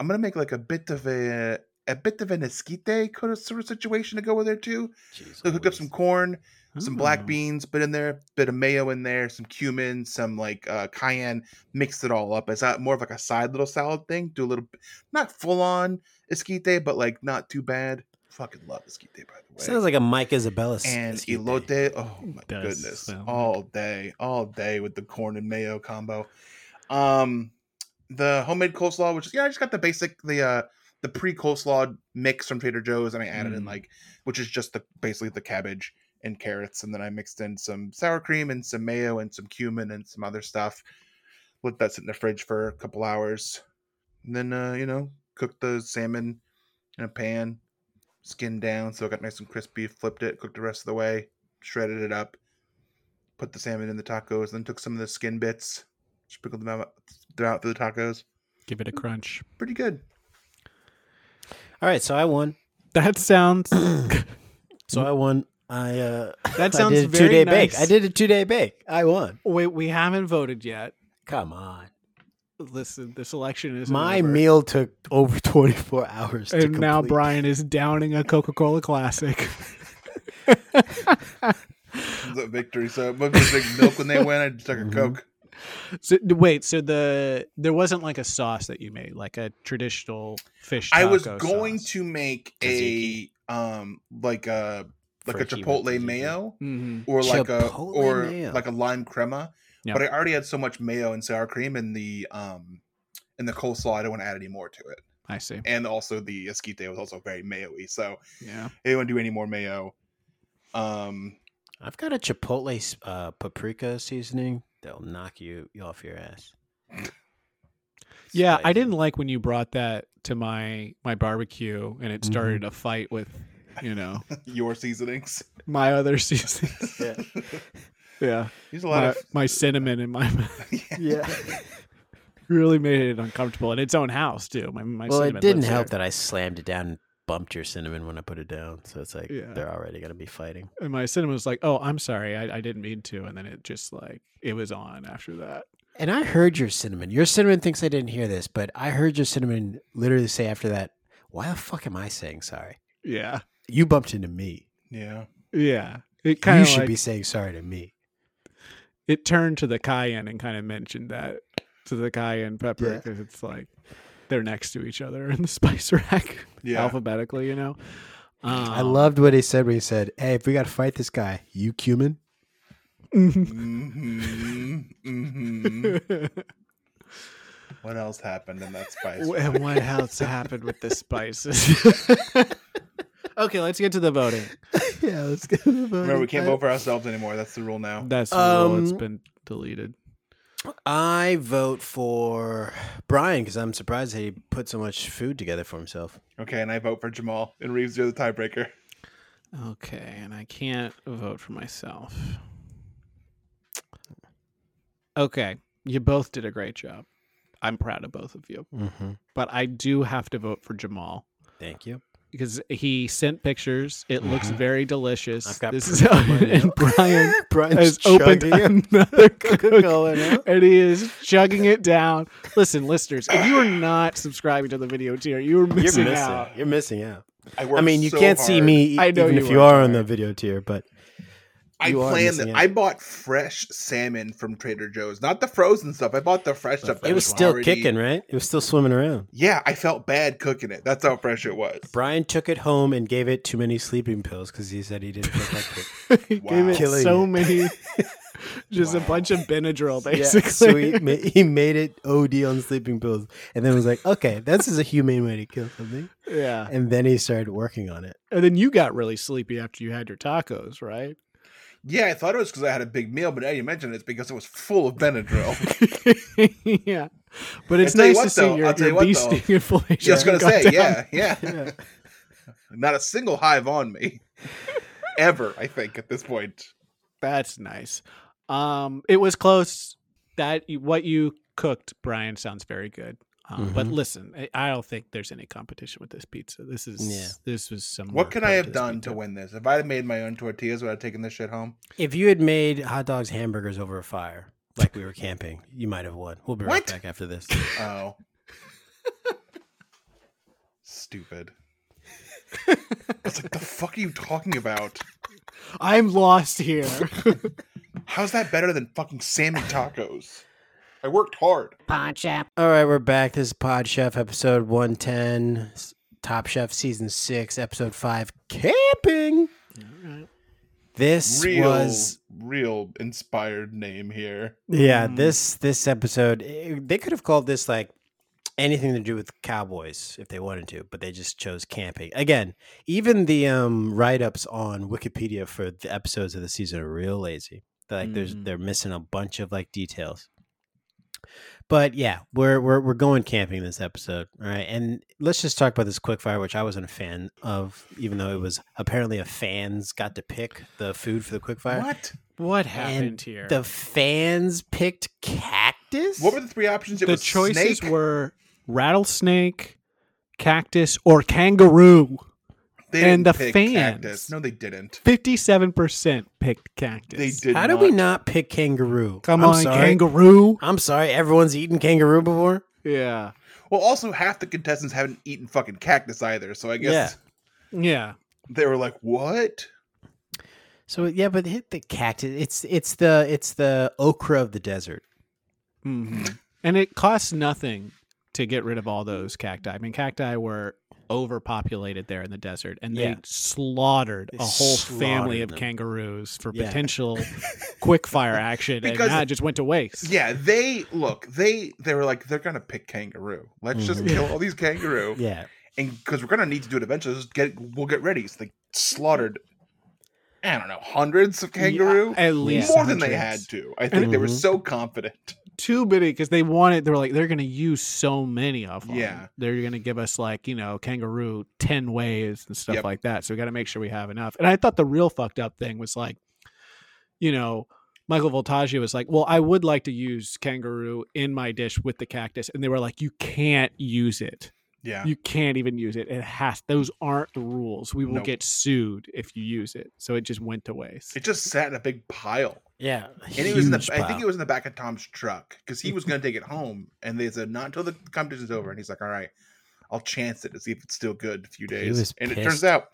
D: I'm gonna make like a bit of a a bit of an esquite kind of sort of situation to go with there too.
B: Jeez
D: So hook up
B: Louise.
D: some corn, some black
C: Oh.
D: beans, put in there, bit of mayo in there, some cumin, some like uh, cayenne, mixed it all up. It's not more of like a side little salad thing. Do a little, not full on esquite, but like not too bad. Fucking love esquite, by the way
B: Sounds like a Mike Isabella s-
D: and
B: escape day.
D: elote. Oh my
C: Does
D: goodness!
C: sound like-
D: All day, all day with the corn and mayo combo. Um, the homemade coleslaw, which is yeah, I just got the basic the uh the pre coleslaw mix from Trader Joe's, and I added in
C: Mm.
D: like which is just the basically the cabbage and carrots, and then I mixed in some sour cream and some mayo and some cumin and some other stuff. Let that sit in the fridge for a couple hours, and then uh, you know cook the salmon in a pan, skinned down so it got nice and crispy, flipped it, cooked the rest of the way, shredded it up, put the salmon in the tacos, then took some of the skin bits, sprinkled them out, them out through the tacos.
C: Give it a crunch.
D: Pretty good.
B: All right, so I won.
C: That sounds.
B: So I won. I uh,
C: That
B: I
C: sounds
B: did a
C: very
B: two-day bake.
C: nice.
B: I did a two-day bake. I won.
C: Wait, we haven't voted yet.
B: Come on.
C: Listen, this election is
B: My
C: over.
B: meal took over 24 hours. to
C: And now
B: complete.
C: Brian is downing a Coca Cola Classic.
D: It's a victory. So it must be like milk when they win. I just took a
B: Mhm.
D: Coke.
C: So d- wait, so the there wasn't like a sauce that you made, like a traditional fish.
D: I was
C: taco
D: going
C: sauce.
D: to make
B: Tzatziki.
D: a um like a like
B: Fricky
D: a
B: with
D: chipotle
B: tzatziki.
D: mayo
C: Mhm.
D: or like a
B: Chipotle
D: or
B: mayo.
D: like a lime crema.
C: Yeah.
D: But I already had so much mayo and sour cream in the um in the coleslaw. I don't want to add any more to it.
C: I see.
D: and also the esquite was also very mayo-y so
C: Yeah.
D: they didn't want to do any more mayo um
B: I've got a chipotle s- uh, paprika seasoning that'll knock you you off your ass.
C: Yeah, I
B: Spicy.
C: didn't like when you brought that to my my barbecue and it started a fight with, you know,
D: your seasonings
C: my other season.
B: Yeah.
C: yeah.
D: there's a lot
C: My,
D: of
C: my cinnamon and my
D: yeah,
C: really made it uncomfortable in its own house too. My, my
B: well, it
C: cinnamon
B: didn't
C: lives
B: help
C: there.
B: that I slammed it down and bumped your cinnamon when I put it down. So it's like
C: Yeah.
B: they're already going to be fighting.
C: And my cinnamon was like, "Oh, I'm sorry, I, I didn't mean to," and then it just like it was on after that.
B: And I heard your cinnamon. Your cinnamon thinks I didn't hear this, but I heard your cinnamon literally say after that, why the fuck am I saying sorry?
C: Yeah,
B: You bumped into me.
D: yeah.
C: yeah. It kind
B: You
C: of
B: should
C: like,
B: be saying sorry to me.
C: it turned to the cayenne and kind of mentioned that to the cayenne pepper
B: Yeah.
C: because it's like they're next to each other in the spice rack
D: Yeah.
C: alphabetically, you know. Um,
B: I loved what he said when he said, hey, if we got to fight this guy, you cumin?
C: Um,
D: Mhm, mhm.
C: what
D: what else happened in that spice
C: what else happened with the spices. okay, let's get to the voting.
B: yeah, let's get the
D: remember we can't vote for ourselves anymore that's the rule now
C: That's the rule. It's
B: Um,
C: been deleted.
B: I vote for Brian because I'm surprised that he put so much food together for himself.
D: okay and i vote for jamal and reeves you're the tiebreaker
C: Okay, and I can't vote for myself. Okay, you both did a great job. I'm proud of both of you,
B: Mm-hmm.
C: but I do have to vote for Jamal
B: Thank you.
C: because he sent pictures. It looks
B: Mhm.
C: very delicious.
B: I've got
C: this
B: proof
C: is
B: of mine now.
C: and Brian
B: Brian's
C: has opened
B: chugging
C: another
B: Coca-Cola now.
C: Coke, and he is chugging it down. Listen, listeners, if you are not subscribing to the video tier, you are
B: You're
C: missing,
B: missing.
C: out.
B: You're missing out.
D: i,
B: I
D: worked
B: mean, you
D: so
B: can't see
D: hard.
B: me e-
C: I know
B: even
C: you
B: if you
C: work
B: are on
C: hard.
B: the video tier, but
D: I
B: You are
D: planned
B: missing
D: that.
B: out.
D: I bought fresh salmon from Trader Joe's, not the frozen stuff. I bought the fresh stuff. that
B: It was still
D: already-
B: kicking, right? It was still swimming around.
D: Yeah, I felt bad cooking it. That's how fresh it was.
B: Brian took it home and gave it too many sleeping pills because he said he didn't protect it.
C: he
D: Wow.
C: gave it
B: Killing
C: so
B: it.
C: many, just a
D: Wow.
C: bunch of Benadryl,
B: Yeah,
C: basically.
B: so he, ma- he made it OD on sleeping pills and then was like, okay, this is a humane way to kill something.
C: yeah,
B: And then he started working on it.
C: and then you got really sleepy after you had your tacos, right?
D: Yeah, I thought it was because I had a big meal, but now you mention it, it's because it was full of Benadryl.
C: yeah, but it's
D: I'll tell you
C: nice
D: what,
C: to see
D: though,
C: your,
D: I'll
C: your
D: tell you what,
C: bee
D: though.
C: sting inflation.
D: Yeah, I was gonna
C: got
D: say,
C: down.
D: yeah, yeah. Not a single hive on me. Ever, I think, at this point.
C: That's nice. Um, it was close. That what you cooked, Brian, sounds very good. Um, But
B: Mhm.
D: Mm-hmm.
C: listen, I- I don't think there's any competition with this pizza. This is
B: Yeah.
C: this was some.
D: What
C: work
D: could
C: put
D: I
C: into
D: have
C: this
D: done
C: pizza.
D: to win this? If I had made my own tortillas, would I have taken this shit home?
B: If you had made hot dogs, hamburgers over a fire, like we were camping, you might have won. We'll be right
D: What?
B: back after this.
D: Oh. Stupid. It's like, the fuck are you talking about?
C: I'm lost here.
D: How's that better than fucking salmon tacos? I worked hard.
B: All right, we're back. This is Pod Chef episode 110, s- Top Chef season 6, episode 5, Camping. This
D: Real,
B: was
D: real inspired name here.
B: yeah,
C: Mm.
B: this this episode eh, they could have called this like anything to do with cowboys if they wanted to, but they just chose camping. Again, even the um write-ups on Wikipedia for the episodes of the season are real lazy. They're, Like there's
C: Mm.
B: they're missing a bunch of like details. But yeah, we're we're we're going camping this episode, all right? And let's just talk about this quickfire, which I wasn't a fan of, even though it was apparently a fans got to pick the food for the quickfire.
D: What?
C: What happened here?
B: The fans picked cactus.
D: What were the three options? It
C: the
D: was
C: choices
D: snake.
C: were rattlesnake, cactus, or kangaroo.
D: They
C: and
D: didn't
C: the
D: pick
C: fans.
D: Cactus. No, they didn't.
C: Fifty-seven percent picked cactus.
D: They did.
B: How did
D: not.
B: we not pick kangaroo?
C: Come
B: I'm
C: on,
B: sorry.
C: kangaroo.
B: I'm sorry. Everyone's eaten kangaroo before.
C: Yeah,
D: Well, also half the contestants haven't eaten fucking cactus either, so I guess
C: yeah.
D: they were like, "What?"
B: So yeah, but hit the cactus. It's it's the it's the okra of the desert.
C: Mhm. and it costs nothing to get rid of all those cacti. I mean, cacti were overpopulated there in the desert, and they
B: Yeah.
C: slaughtered
B: They
C: a whole family
B: slaughtered
C: of
B: them.
C: kangaroos for
B: Yeah.
C: potential quick fire action,
D: Because-
C: and that just went to waste.
D: Yeah, they look. They they were like, "They're gonna pick kangaroo. Let's just
C: Mm-hmm.
B: Mhm.
D: kill all these kangaroo,
B: Yeah,
D: and because we're gonna need to do it eventually. Just get we'll get ready." So they slaughtered. I don't know, hundreds of kangaroo.
C: Yeah, at least
D: more than they had
C: hundreds. Mm-hmm.
D: to. I think they were
B: Mhm.
D: so confident.
C: too many because they wanted. They were like, they're going to use so many of them.
D: Yeah.
C: they're going to give us like you know kangaroo ten ways and stuff
D: Yep.
C: like that. So we got to make sure we have enough. And I thought the real fucked up thing was like, you know, Michael Voltaggio was like, well, I would like to use kangaroo in my dish with the cactus, and they were like, you can't use it.
D: Yeah,
C: You can't even use it. It has. Those aren't the rules. We will
D: Nope.
C: get sued if you use it. So it just went to waste.
D: it just sat in a big pile.
B: yeah.
D: And it was in the, I think it was in the back of Tom's truck because he was going to take it home. And they said, not until the competition's over. And he's like, all right, I'll chance it to see if it's still good in a few days.
B: was
D: and it
B: pissed.
D: turns out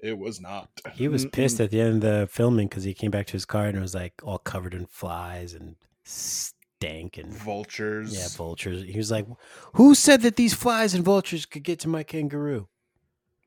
D: it was not.
B: He was pissed at the end of the filming because he came back to his car and it was like all covered in flies and stank and
D: Vultures.
B: yeah, vultures. He was like, "Who said that these flies and vultures could get to my kangaroo?"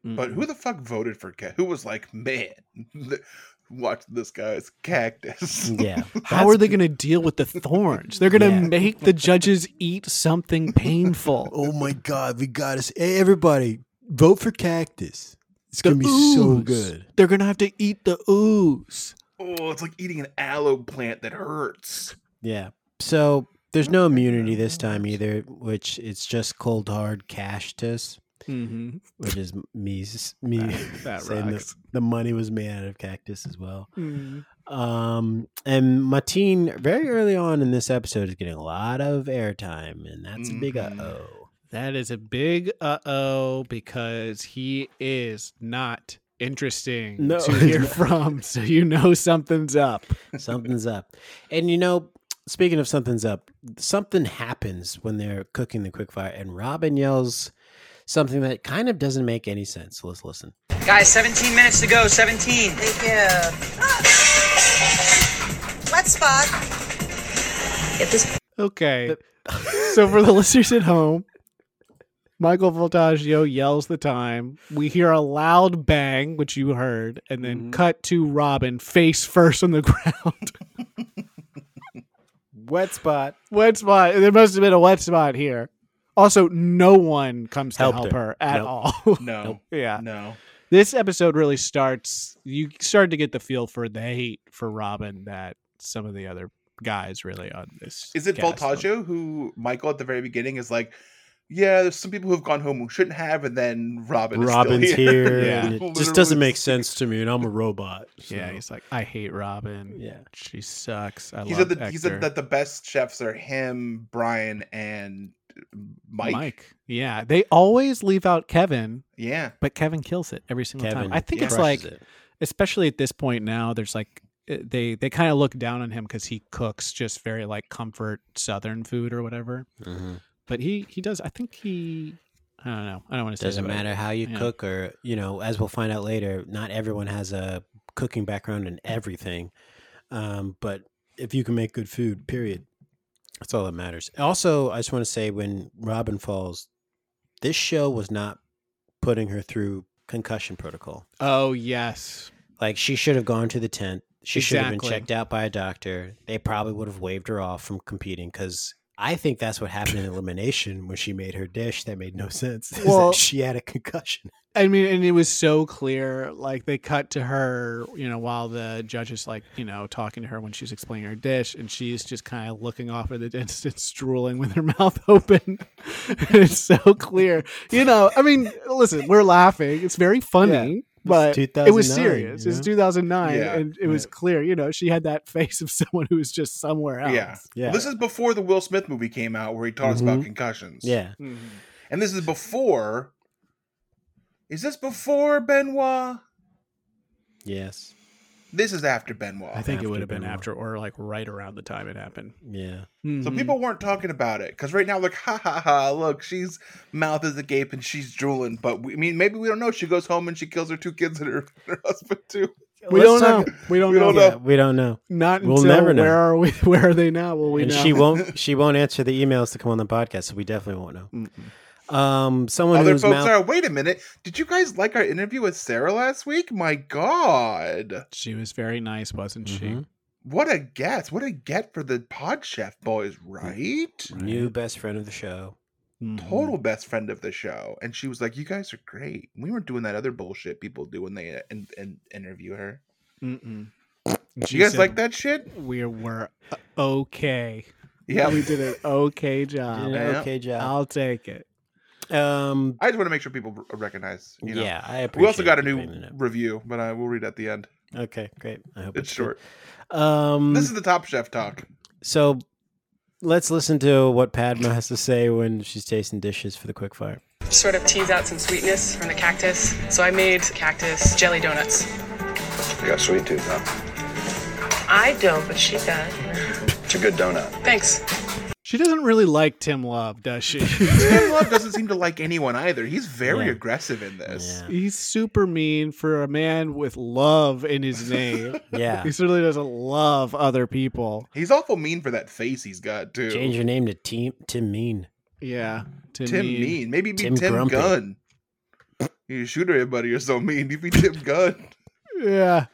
C: Mm-hmm.
D: but who the fuck voted for Cat? Who was like, man, th- watch this guy's cactus.
B: Yeah,
C: How are they going to deal with the thorns? They're going to
B: Yeah.
C: make the judges eat something painful.
B: Oh my god, we got us! Hey, everybody, vote for cactus. It's
C: The
B: gonna be so
C: ooze.
B: good.
C: They're going to have to eat the ooze.
D: oh, it's like eating an aloe plant that hurts.
B: Yeah. So there's no immunity this time either, which it's just cold hard cash tis,
C: Mm-hmm.
B: which is me s- me
C: That
B: saying the,
C: rocks. Mm.
B: the money was made out of cactus as well. Um, and Mateen very early on in this episode is getting a lot of airtime, and that's a big uh
C: Mm-hmm.
D: Mhm.
B: oh.
C: That is a big uh oh because he is not interesting
B: No,
C: to
B: he's
C: hear
B: not.
C: from. So you know something's up.
B: something's up. And you know, speaking of something's up, something happens when they're cooking the quickfire, and Robin yells something that kind of doesn't make any sense. Let's listen.
E: Guys, 17 minutes to go. 17.
F: Thank you.
E: o'clock. Get this
C: Okay. so for the listeners at home, Michael Voltaggio yells the time. We hear a loud bang, which you heard, and then
B: Mhm.
C: cut to Robin face first on the ground.
B: Wet spot.
C: wet spot. There must have been a wet spot here. Also, no one comes to
B: Helped
C: help
B: her.
C: her, at
B: Nope.
C: all.
D: No,
C: yeah.
D: no.
C: This episode really starts you start to get the feel for the hate for Robin that some of the other guys really on this.
D: Is it
C: cast don't.
D: Voltaggio who Michael at the very beginning is like, yeah, there's some people who have gone home who shouldn't have, and then Robin. is still
B: Robin's
D: here.
B: here.
C: Yeah.
B: and it just doesn't
D: Literally.
B: make sense to me, and I'm a robot.
C: Yeah,
B: so-
C: he's like, I hate Robin.
B: yeah.
C: She sucks. I
D: He
C: love
D: said that he
C: Hector."
D: said that the best chefs are him, Brian, and uh, Mike.
C: Yeah, they always leave out Kevin,
D: Yeah,
C: but Kevin kills it every single
B: Kevin.
C: time. I think
D: yeah.
C: it's like,
B: crushes it.
C: especially at this point now, there's like uh, they they kind of look down on him because he cooks just very like comfort Southern food or whatever.
B: Mhm.
C: But he he does. I think he. I don't know. I don't want to say.
B: doesn't
C: that, but-
B: matter how you
C: yeah.
B: cook, or you know, as we'll find out later, not everyone has a cooking background in everything. Um, but if you can make good food, period, that's all that matters. Also, I just want to say when Robin falls, this show was not putting her through concussion protocol.
C: Oh yes.
B: Like she should have gone to the tent. She should have been
C: Exactly.
B: checked out by a doctor. They probably would have waved her off from competing because I think that's what happened in elimination when she made her dish that made no sense. is that
C: Well-
B: she had a concussion.
C: I mean, and it was so clear. Like they cut to her, you know, while the judge is like, you know, talking to her when she's explaining her dish, and she's just kind of looking off at the distance, drooling with her mouth open. it's so clear, you know. I mean, listen, we're laughing. It's very funny, but it
B: 2009,
C: was serious.
B: you
C: It's
B: know?
C: 2009,
D: Yeah,
C: and it was clear. You know, she had that face of someone who was just somewhere else.
D: yeah.
B: Yeah.
D: Well, this is before the Will Smith movie came out, where he talks about
B: Mhm.
D: concussions.
B: yeah.
C: Mhm.
D: and this is before. Is this before Benoit?
B: Yes.
D: This is after Benoit.
C: I think it
B: After
C: would have been
B: Benoit.
C: after or like right around the time it happened.
B: Yeah.
D: So
C: Mhm.
D: people weren't talking about it because right now, like, ha ha ha! Look, she's mouth is agape and she's drooling. But we, I mean, maybe we don't know. She goes home and she kills her two kids and her, her husband too.
C: we
B: Let's
C: don't know.
B: talk-
C: We don't
D: we
C: know.
D: don't
C: yet.
B: Yeah, we don't know.
C: Not
B: We'll
C: until
B: never know.
C: where are we? Where are they now? Will we
B: and
C: know?
B: she won't she won't answer the emails to come on the podcast, so we definitely won't know.
C: Mm-mm.
B: Um someone
D: Other
B: who's
D: folks
B: mouth
D: are. Wait a minute. Did you guys like our interview with Sarah last week? My God,
C: She was very nice, wasn't
B: Mhm.
D: what a guess! What a get for the Pod Chef boys, right?
C: she?
B: new best friend of the show.
C: Mhm.
D: Total best friend of the show, and she was like, "You guys are great. We weren't doing that other bullshit people do when they and, and interview her.
C: Mm-mm.
D: you guys like that shit?
C: We were uh, okay.
D: Yeah,
C: we did an Uh, okay
B: Did an
C: job.
D: yeah.
B: okay job.
C: I'll take it.
B: Um
D: I just want to make sure people r- recognize. You know.
B: yeah, I appreciate
D: We also got a
B: you
D: new
B: bringing it up.
D: review, but I will read at the end.
B: Okay, great. I hope
D: It's
B: good.
D: short.
B: Um
D: This is the Top Chef talk.
B: so let's listen to what Padma has to say when she's tasting dishes for the quick fire.
F: sort of tease out some sweetness from the cactus. So I made cactus jelly donuts.
G: You got sweet tooth, huh?
F: I don't, but she does.
G: It's a good donut.
F: Thanks.
C: She doesn't really like Tim Love, does she?
D: Tim Love doesn't seem to like anyone either. He's very
B: Yeah.
D: aggressive in this.
B: Yeah.
C: He's super mean for a man with love in his name.
B: Yeah.
C: he certainly doesn't love other people.
D: He's awful mean for that face he's got too.
B: Change your name to Team Tim Mean.
C: Yeah, Tim,
D: Tim
C: Mean.
D: mean. Maybe be
B: Tim
D: Tim,
B: Grumpy.
D: Gunn. You shoot everybody, you're so mean. You be Tim Gunn.
C: Yeah,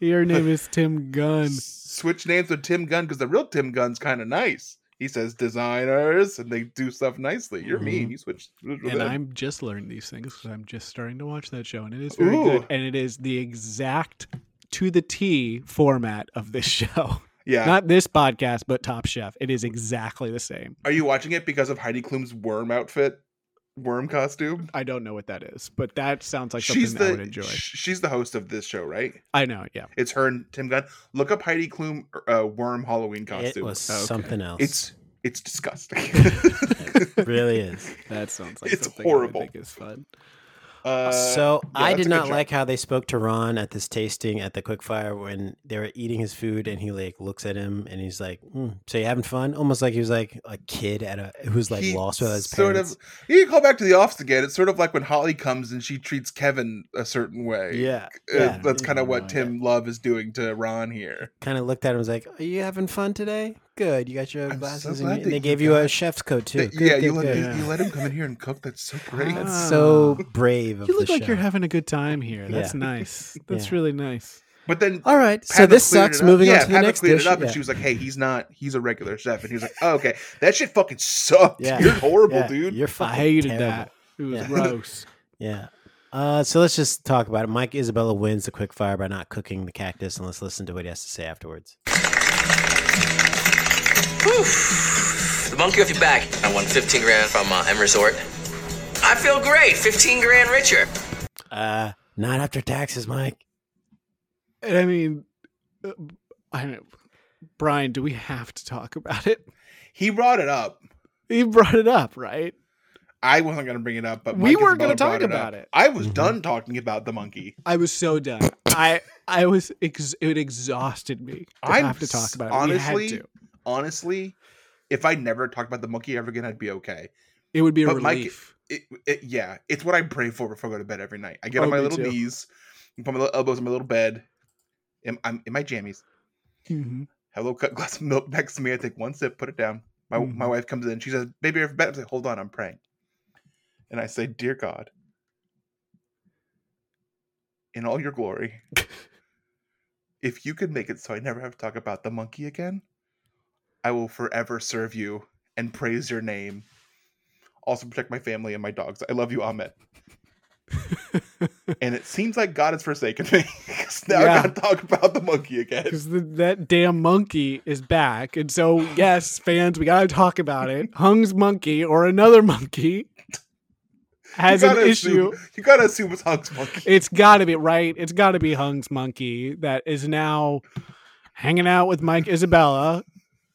C: your name is Tim Gunn.
D: Switch names with Tim Gunn because the real Tim Gunn's kind of nice. He says designers and they do stuff nicely. You're mean. You switch. switch with
C: and
D: him.
C: I'm just learning these things because I'm just starting to watch that show, and it is very good.
D: Ooh.
C: And it is the exact to the T format of this show,
D: yeah.
C: not this podcast, but Top Chef. It is exactly the same.
D: Are you watching it because of Heidi Klum's worm outfit, worm costume?
C: I don't know what that is, but that sounds like something
D: she's
C: that I would
D: the
C: enjoy.
D: sh- she's the host of this show, right?
C: I know, yeah.
D: It's her and Tim Gunn. Look up Heidi Klum uh, worm Halloween costume.
B: It was
C: Okay.
B: something else.
D: Oh, it's it's disgusting.
B: really is.
C: That sounds
D: like It's something I would horrible. think
C: is fun.
D: Uh,
B: so
D: yeah,
B: I
D: that's
B: did
D: a good
B: not
D: job.
B: like how they spoke to Ron at this tasting at the quickfire when they were eating his food and he like looks at him and he's like, "Mm, "So you having fun?" Almost like he was like a kid at a who's like
D: He
B: lost without his
D: sort
B: parents.
D: Of, you can call back to the office again. It's sort of like when Holly comes and she treats Kevin a certain way.
B: yeah,
D: Uh,
B: yeah.
D: that's
C: Oh
D: kind of
B: Yeah.
D: what Tim Love is doing to Ron here.
B: Kind of looked at him and was like, "Are you having fun today? Good. You got your
D: I'm
B: glasses
D: so
B: and,
D: glad
B: you-
D: that
B: they
D: you
B: gave you a
D: got-
B: chef's coat too.
D: That-
B: Good,
D: yeah,
B: good,
D: you let
B: good.
D: you let him come in here and cook. That's so great.
C: Ah.
B: That's so brave of
C: You look
B: the
C: like you're
B: chef.
C: having a good time here. That's
B: Yeah.
C: nice. That's
B: Yeah.
C: really nice.
D: But then
B: All right, so
D: Pava
B: this
D: cleared
B: sucks.
D: it up.
B: Moving
D: yeah,
B: on to the
D: Pava
B: next
D: cleared
B: dish.
D: it up, and
B: Yeah.
D: she was like, "Hey, he's not. He's a regular chef." And he was like, oh, "Okay, that shit fucking sucked.
B: Yeah.
D: You're horrible,
B: Yeah,
D: dude."
B: You're
C: I
B: fucking
C: hated
B: terrible.
C: that. It was
B: Yeah.
C: gross.
B: Yeah. Uh, so let's just talk about it. Mike Isabella wins the quick fire by not cooking the cactus, and let's listen to what he has to say afterwards.
H: The monkey off your back. I won 15 grand from uh, M Resort. I feel great. 15 grand richer.
B: Uh, not after taxes, Mike.
C: And I mean, uh, I don't know. Brian, do we have to talk about it?
D: he brought it up.
C: He brought it up, right?
D: I wasn't going to bring it up, but
C: We
D: Mike
C: weren't gonna
D: Isabella
C: talk
D: brought up.
C: about it.
D: I was
B: Mm-hmm.
D: done talking about the monkey.
C: I was so done. I I was ex- it exhausted me to
D: I'm
C: have to talk about it.
D: honestly,
C: we had to.
D: honestly, if I never talked about the monkey ever again, I'd be okay.
C: It would be a
D: but Mike-
C: relief.
D: It, it, yeah, it's what I pray for before I go to bed every night. I get
C: Oh,
D: on my
C: me
D: little
C: too.
D: knees, and put my little elbows on my little bed, in, I'm in my jammies.
C: Mhm.
D: Have a little cut glass of milk next to me. I take one sip, put it down. My my
C: Mhm.
D: wife comes in. She says, "Baby, you're for bed." I say, "Hold on, I'm praying." And I say, "Dear God, in all your glory, if you could make it so I never have to talk about the monkey again, I will forever serve you and praise your name. Also protect my family and my dogs. I love you, Ahmet." and it seems like God has forsaken me 'cause now
C: Yeah.
D: I got to talk about the monkey again.
C: Because that damn monkey is back. And so, yes, fans, we got to talk about it. Hung's monkey or another monkey has
D: You
C: an
D: gotta
C: issue.
D: Assume, you gotta assume it's Hugs Monkey.
C: It's got to be, right? It's got to be Hung's monkey that is now hanging out with Mike Isabella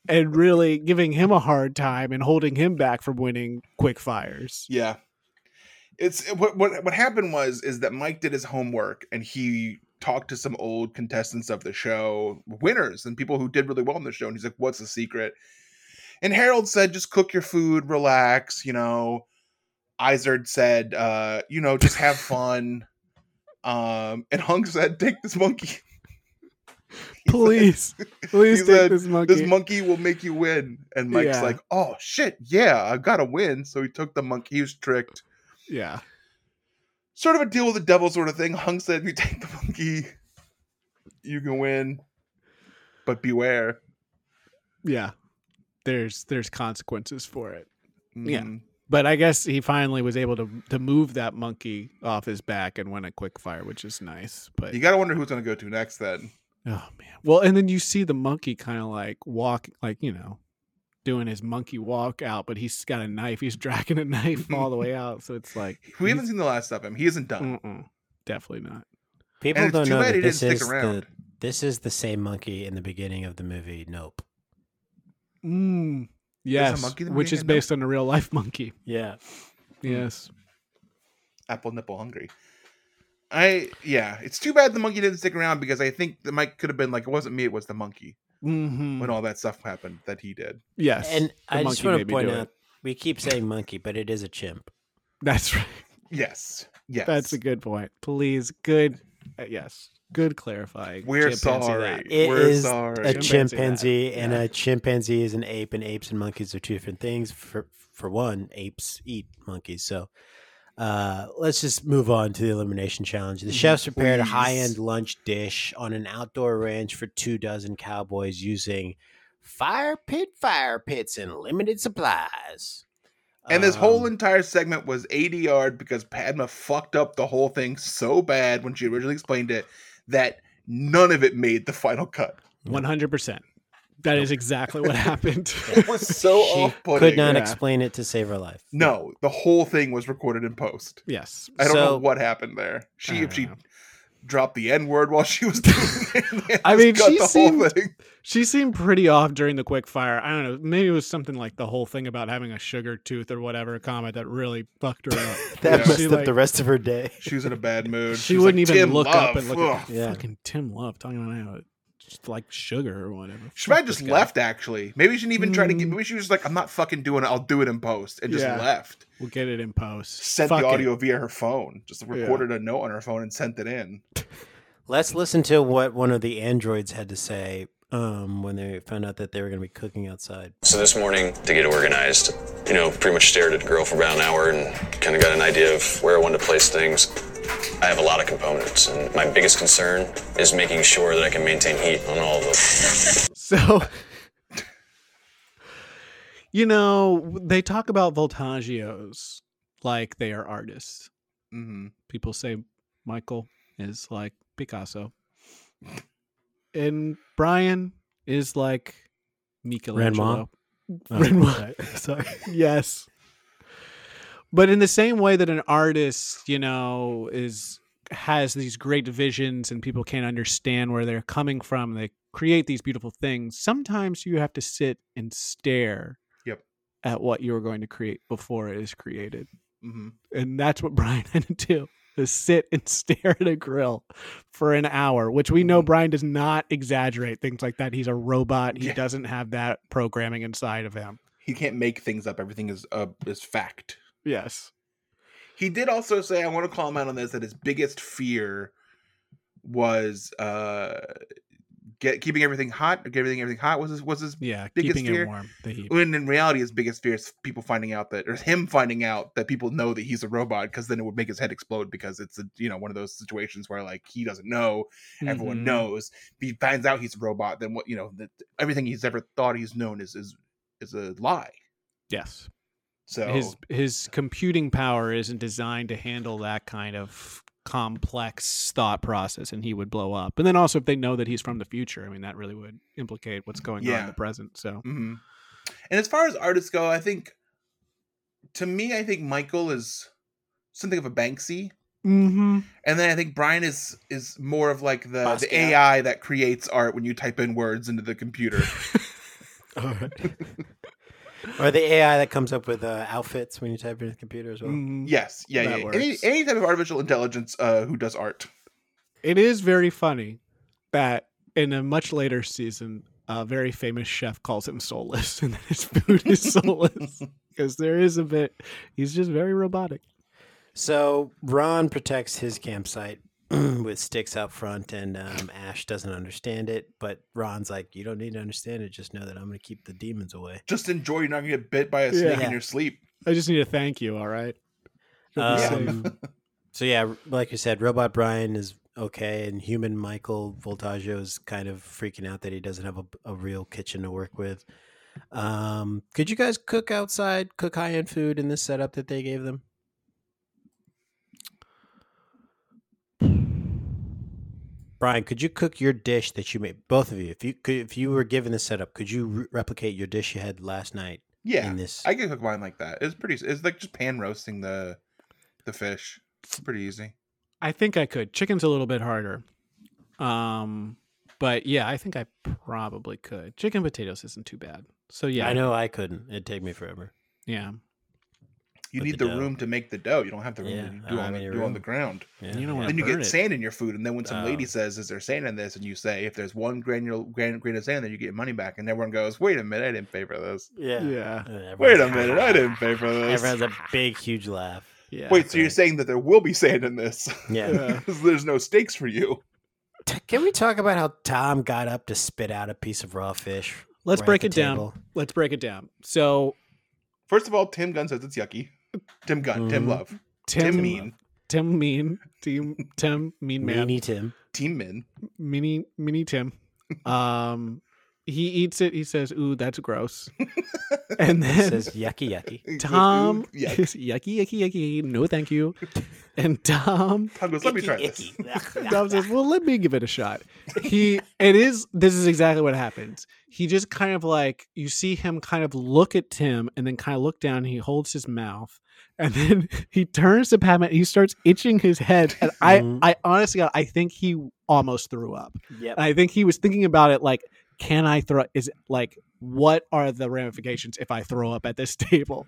C: and really giving him a hard time and holding him back from winning quick fires.
D: Yeah. It's what what what happened was is that Mike did his homework and he talked to some old contestants of the show, winners and people who did really well in the show, and he's like, "What's the secret?" And Harold said, "Just cook your food, relax." You know, Izard said, uh, "You know, just have fun." Um, and Hung said, "Take this monkey.
C: Please, please
D: He's
C: take
D: a-
C: this monkey.
D: This monkey will make you win." And Mike's
C: Yeah.
D: like, "Oh shit, yeah, I gotta win." So he took the monkey. He was tricked.
C: yeah.
D: sort of a deal with the devil sort of thing. Hung said, "If you take the monkey, you can win, but beware."
C: Yeah. There's there's consequences for it. Yeah.
D: Mm.
C: But I guess he finally was able to to move that monkey off his back and win a quick fire, which is nice. But
D: you gotta wonder who's gonna go to next. Then
C: oh man. Well, and then you see the monkey kind of like walk like, you know, doing his monkey walk out, but he's got a knife. He's dragging a knife all the way out, so it's like
D: we haven't
C: he's-
D: seen the last of him. He isn't done.
C: Mm-mm. definitely not.
B: People
D: it's
B: don't
D: too
B: know
D: bad
B: that
D: he
B: this
D: didn't
B: is
D: stick around.
B: the this is the same monkey in the beginning of the movie. Nope.
C: Mm. Yes,
D: monkey that we
C: which
D: didn't
C: is
D: know?
C: based on a real life monkey.
B: Yeah.
D: Hmm.
C: Yes.
D: Apple nipple hungry. I yeah, it's too bad the monkey didn't stick around because I think that Mike could have been like, "It wasn't me, it was the monkey."
C: Mm-hmm.
D: When all that stuff happened that he did.
C: yes.
B: And
C: the
B: I just
C: monkey
B: want to
C: made me
B: point
C: do it.
B: out we keep saying monkey, but it is a chimp.
C: that's right.
D: Yes, yes.
C: That's a good point. Please, good. uh, yes, good clarifying.
D: We're
C: Chimpanzee
D: sorry.
C: that.
B: It is
D: We're
B: a
D: sorry.
B: chimpanzee,
C: that.
B: and
C: Yeah.
B: a chimpanzee is an ape, and apes and monkeys are two different things. For for one, apes eat monkeys. So uh, let's just move on to the elimination challenge. The chefs prepared a
D: Mm-hmm. Please.
B: high end lunch dish on an outdoor ranch for two dozen cowboys using fire pit fire pits and limited supplies.
D: And this whole
B: Um,
D: entire segment was ADR because Padma fucked up the whole thing so bad when she originally explained it that none of it made the final cut.
C: One hundred percent. That is exactly what happened.
D: It was so
B: she
D: off
B: could
D: putting.
B: not
C: yeah.
B: explain it to save her life.
D: No, the whole thing was recorded in post.
C: yes.
D: I don't know
B: So-
D: what happened there. She
C: I
D: if she
C: don't know.
D: dropped the N word while she was doing it.
C: I
D: Just
C: mean,
D: cut
C: she
D: the whole
C: seemed-
D: thing.
C: She seemed pretty off during the quick fire. I don't know. Maybe it was something like the whole thing about having a sugar tooth or whatever comment that really fucked her up.
D: Yeah.
I: That messed
C: She,
I: up
C: like-
I: the rest of her day.
D: She was in a bad mood.
C: she
D: was
C: wouldn't
D: like,
C: even
D: "Tim
C: look up
D: Love,
C: and look at
D: ugh."
I: Yeah.
C: fucking Tim Love talking about how just like sugar or whatever.
D: She might
C: Fuck
D: have just
C: this guy. Mm.
D: left. Actually, maybe she didn't even try to get. Maybe she was like, "I'm not fucking doing it. I'll do it in post," and just
C: Yeah.
D: left.
C: We'll get it in post.
D: Sent
C: Fuck
D: the
C: it.
D: audio via her phone. Just recorded a note on her phone and sent it in.
B: Let's listen to what one of the androids had to say um, when they found out that they were going to be cooking outside.
J: So this morning, to get organized, you know, pretty much stared at a girl for about an hour and kind of got an idea of where I wanted to place things. I have a lot of components, and my biggest concern is making sure that I can maintain heat on all of them.
C: So, you know, they talk about Voltagios like they are artists.
D: hmm
C: People say Michael is like Picasso, and Brian is like Michelangelo. Renoir.
I: Sorry.
C: yes. But in the same way that an artist, you know, is has these great visions and people can't understand where they're coming from, they create these beautiful things. Sometimes you have to sit and stare
D: Yep.
C: at what you're going to create before it is created. Mm-hmm.
D: hmm
C: And that's what Brian had to do. Is sit and stare at a grill for an hour, which we
D: Mm-hmm.
C: know Brian does not exaggerate things like that. He's a robot. He
D: Yeah.
C: doesn't have that programming inside of him.
D: He can't make things up. Everything is uh, is fact.
C: Yes.
D: He did also say, I want to call him out on this, that his biggest fear was uh get keeping everything hot, getting everything hot was his was his
C: Yeah,
D: biggest
C: keeping
D: fear-
C: it warm. The heat.
D: when in reality his biggest fear is people finding out that or him finding out that people know that he's a robot because then it would make his head explode because it's a, you know one of those situations where like he doesn't know everyone
C: Mhm.
D: knows if he finds out he's a robot then what you know that everything he's ever thought he's known is is is a lie
C: Yes,
D: so
C: his his computing power isn't designed to handle that kind of complex thought process, and he would blow up. And then also, if they know that he's from the future, I mean, that really would implicate what's going on in
D: Yeah.
C: the present. So,
D: hmm And as far as artists go, I think, to me, I think Michael is something of a Banksy,
C: mm-hmm.
D: and then I think Brian is is more of like the,
B: Basquiat.
D: the AI that creates art when you type in words into the computer.
B: All right. or the AI that comes up with uh, outfits when you type in the computer as well.
D: yes, Mm-hmm. yeah, yeah.
C: That
D: yeah. Any
C: works.
D: any type of artificial intelligence uh, who does art.
C: it is very funny that in a much later season, a very famous chef calls him soulless, and that his food is soulless because there is a bit. He's just very robotic.
B: So Ron protects his campsite with sticks out front, and um, Ash doesn't understand it. But Ron's like, "You don't need to understand it. Just know that I'm going to keep the demons away."
D: Just enjoy. You're not gonna get bit by a snake
B: Yeah.
D: in your sleep.
C: I just need to thank you. All right. You'll be safe.
B: Um, so yeah, r- like you said, Robot Brian is okay, and human Michael Voltaggio is kind of freaking out that he doesn't have a, a real kitchen to work with. Um, could you guys cook outside, cook high end food in this setup that they gave them? Brian, could you cook your dish that you made? Both of you, if you could, if you were given this setup, could you re- replicate your dish you had last night
D: Yeah,
B: in this?
D: I can cook mine like that. It's pretty. It's like just pan roasting the the fish. It's pretty easy.
C: I think I could. Chicken's a little bit harder. Um, but yeah, I think I probably could. Chicken potatoes isn't too bad. So yeah,
B: I know I couldn't. It'd take me forever.
C: Yeah,
D: You
B: With
D: need
B: the
D: the,
B: dough.
D: room to make the dough. You don't have the room
B: Yeah, I
D: to do,
B: don't
D: on
B: have
D: the,
B: any
D: do on the
B: room.
D: ground.
B: Yeah.
C: you don't want
D: then
C: to
D: you
C: burn
D: get
C: it.
D: sand in your food, and then when some lady
B: Oh.
D: says, "Is there sand in this?" and you say, "If there's one granule, gran, grain of sand, then you get your money back," and everyone goes, "Wait a minute, I didn't pay for this.
B: Yeah.
C: Yeah,
B: Uh,
D: Wait a
B: everyone's-
D: minute, I didn't pay for this."
B: Everyone's a big, huge laugh.
C: yeah.
D: Wait, so you're saying that there will be sand in this?
B: Yeah.
D: there's no stakes for you.
B: T- Can we talk about how Tom got up to spit out a piece of raw fish?
C: Let's
B: right at
C: break
B: the
C: it down.
B: table?
C: Let's break it down. So
D: First of all, Tim Gunn says it's yucky. Tim Gunn, Tim
B: Mhm.
D: Love,
C: Tim,
D: Tim, Mean,
C: Tim Mean, Tim, Tim Mean Man,
B: Meanie Tim.
D: Team Min.
C: Mini Mini Tim, um, he eats it. He says, "Ooh, that's gross,"
B: It
C: and then
B: says yucky yucky.
C: Tom
D: Ooh, yuck.
C: is yucky, yucky, yucky. No, thank you. And Tom,
D: Tom goes, let me try this.
B: Icky, icky.
C: Tom says, "Well, let me give it a shot." He, it is. This is exactly what happens. He just kind of like you see him kind of look at Tim, and then kind of look down. he holds his mouth, and then he turns to Pam, and he starts itching his head. And I,
B: Mhm.
C: I honestly, God, I think he almost threw up.
B: yep.
C: And I think he was thinking about it like, can I throw? Is it- like, what are the ramifications if I throw up at this table?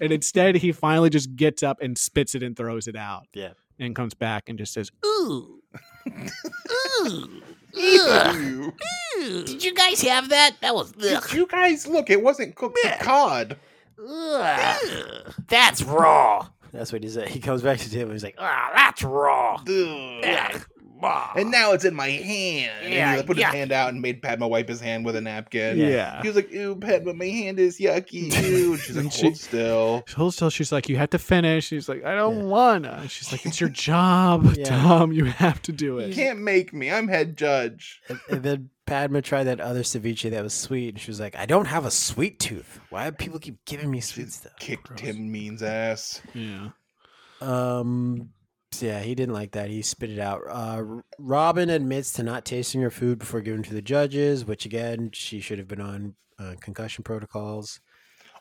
C: and instead, he finally just gets up and spits it and throws it out.
B: Yeah.
C: And comes back and just says,
I: Ooh. Ooh.
D: Ew.
I: Did you guys have that? That was
D: Did you guys look? It wasn't cooked with cod.
I: That's raw.
B: That's what he said. He comes back to Tim and he's like,
I: Ah, that's raw.
D: Ugh.
I: Bah.
D: And now it's in my hand. And he
I: Yeah,
D: like, put
I: yuck.
D: his hand out and made Padma wipe his hand with a napkin.
C: Yeah.
D: He was like, "Ooh, Padma, my hand is yucky." Ew. And she's like,
C: And she-
D: "Hold still."
C: Hold still. She's like, you have to finish. He's like, I don't
B: Yeah.
C: wanna. And she's like, it's your job,
B: Yeah.
C: Tom. You have to do
D: You
C: it.
D: can't make me. I'm head judge.
B: and, and then Padma tried that other ceviche that was sweet, and she was like, I don't have a sweet tooth. Why do people keep giving me sweet stuff?
D: Kicked
C: Gross.
D: Tim Mean's ass.
C: Yeah.
B: Um. so Yeah, he didn't like that. He spit it out. Uh, R- Robin admits to not tasting her food before giving to the judges, which again, she should have been on uh, concussion protocols.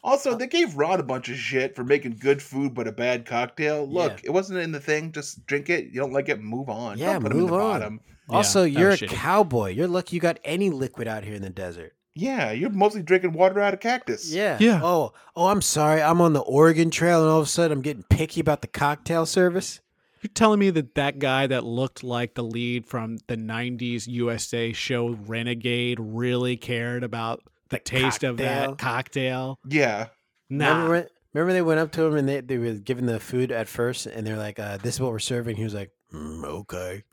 D: Also, they gave Rod a bunch of shit for making good food but a bad cocktail. Look,
B: Yeah.
D: it wasn't in the thing. Just drink it. You don't like it, move on.
B: Yeah,
D: don't put 'em
B: move
D: in the
B: on.
D: bottom.
B: Also,
C: that was
B: you're a
C: shitty.
B: cowboy. You're lucky you got any liquid out here in the desert.
D: Yeah, you're mostly drinking water out of cactus.
B: Yeah.
C: Yeah.
B: Oh, oh, I'm sorry. I'm on the Oregon Trail, and all of a sudden, I'm getting picky about the cocktail service.
C: You're telling me that that guy that looked like the lead from the 90s USA show Renegade really cared about the, taste of that cocktail?
D: Yeah.
C: Nah.
B: Remember, when, remember they went up to him and they, they were giving the food at first, and they're like, uh, "This is what we're serving." He was like, "Mm, "Okay,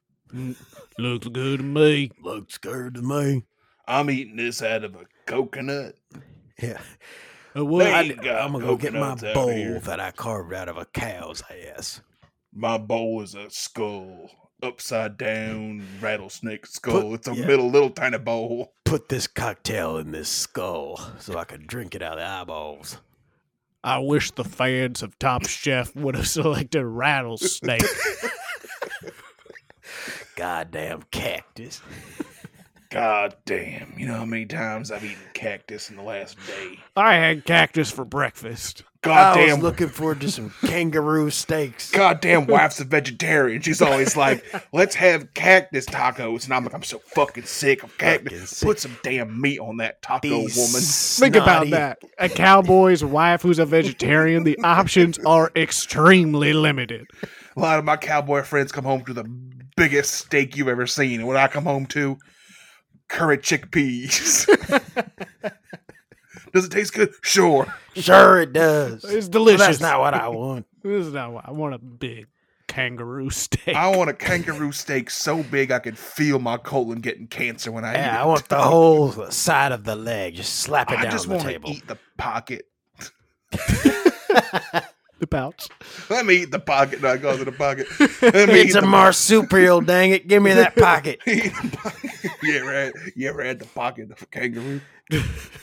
C: Looks good to me.
B: looks good to me."
D: I'm eating this out of a coconut.
B: Yeah.
C: Uh,
D: They
C: well,
D: ain't got
B: I'm gonna go get my
D: coconuts out
B: bowl
D: here.
B: that I carved out of a cow's ass.
D: My bowl is a skull, upside down rattlesnake skull. it's a
B: yeah.
D: middle little tiny bowl.
B: Put this cocktail in this skull so I can drink it out of the eyeballs.
C: I wish the fans of Top Chef would have selected Rattlesnake.
B: Goddamn cactus.
D: God damn! You know how many times I've eaten cactus in the last day?
C: I had cactus for breakfast.
D: God
B: I
D: damn!
B: was looking forward to some kangaroo steaks.
D: goddamn wife's a vegetarian. She's always like, let's have cactus tacos. And I'm like, I'm so fucking sick of
B: Fucking
D: cactus.
B: sick.
D: Put some damn meat on that taco,
B: These
D: woman.
C: Think about
B: snotty-
C: that. A cowboy's wife who's a vegetarian, the options are extremely limited.
D: A lot of my cowboy friends come home to the biggest steak you've ever seen. And what I come home to, curry chickpeas. Does it taste good? Sure.
B: Sure, it does.
C: It's
B: But
C: delicious.
B: that's not what I want.
C: This is not what I want a big kangaroo steak.
D: I want a kangaroo steak so big I can feel my colon getting cancer when I eat
B: Yeah,
D: it.
B: I want the whole side of the leg. Just slap it
D: I
B: down
D: just
B: on the
D: want to
B: table.
D: eat the pocket.
C: the pouch.
D: Let me eat the pocket. No, it goes in the pocket. Let me
B: it's
D: eat
B: a
D: the
B: marsupial, dang it. Give me that pocket.
D: you ever had you ever had the pocket of a kangaroo?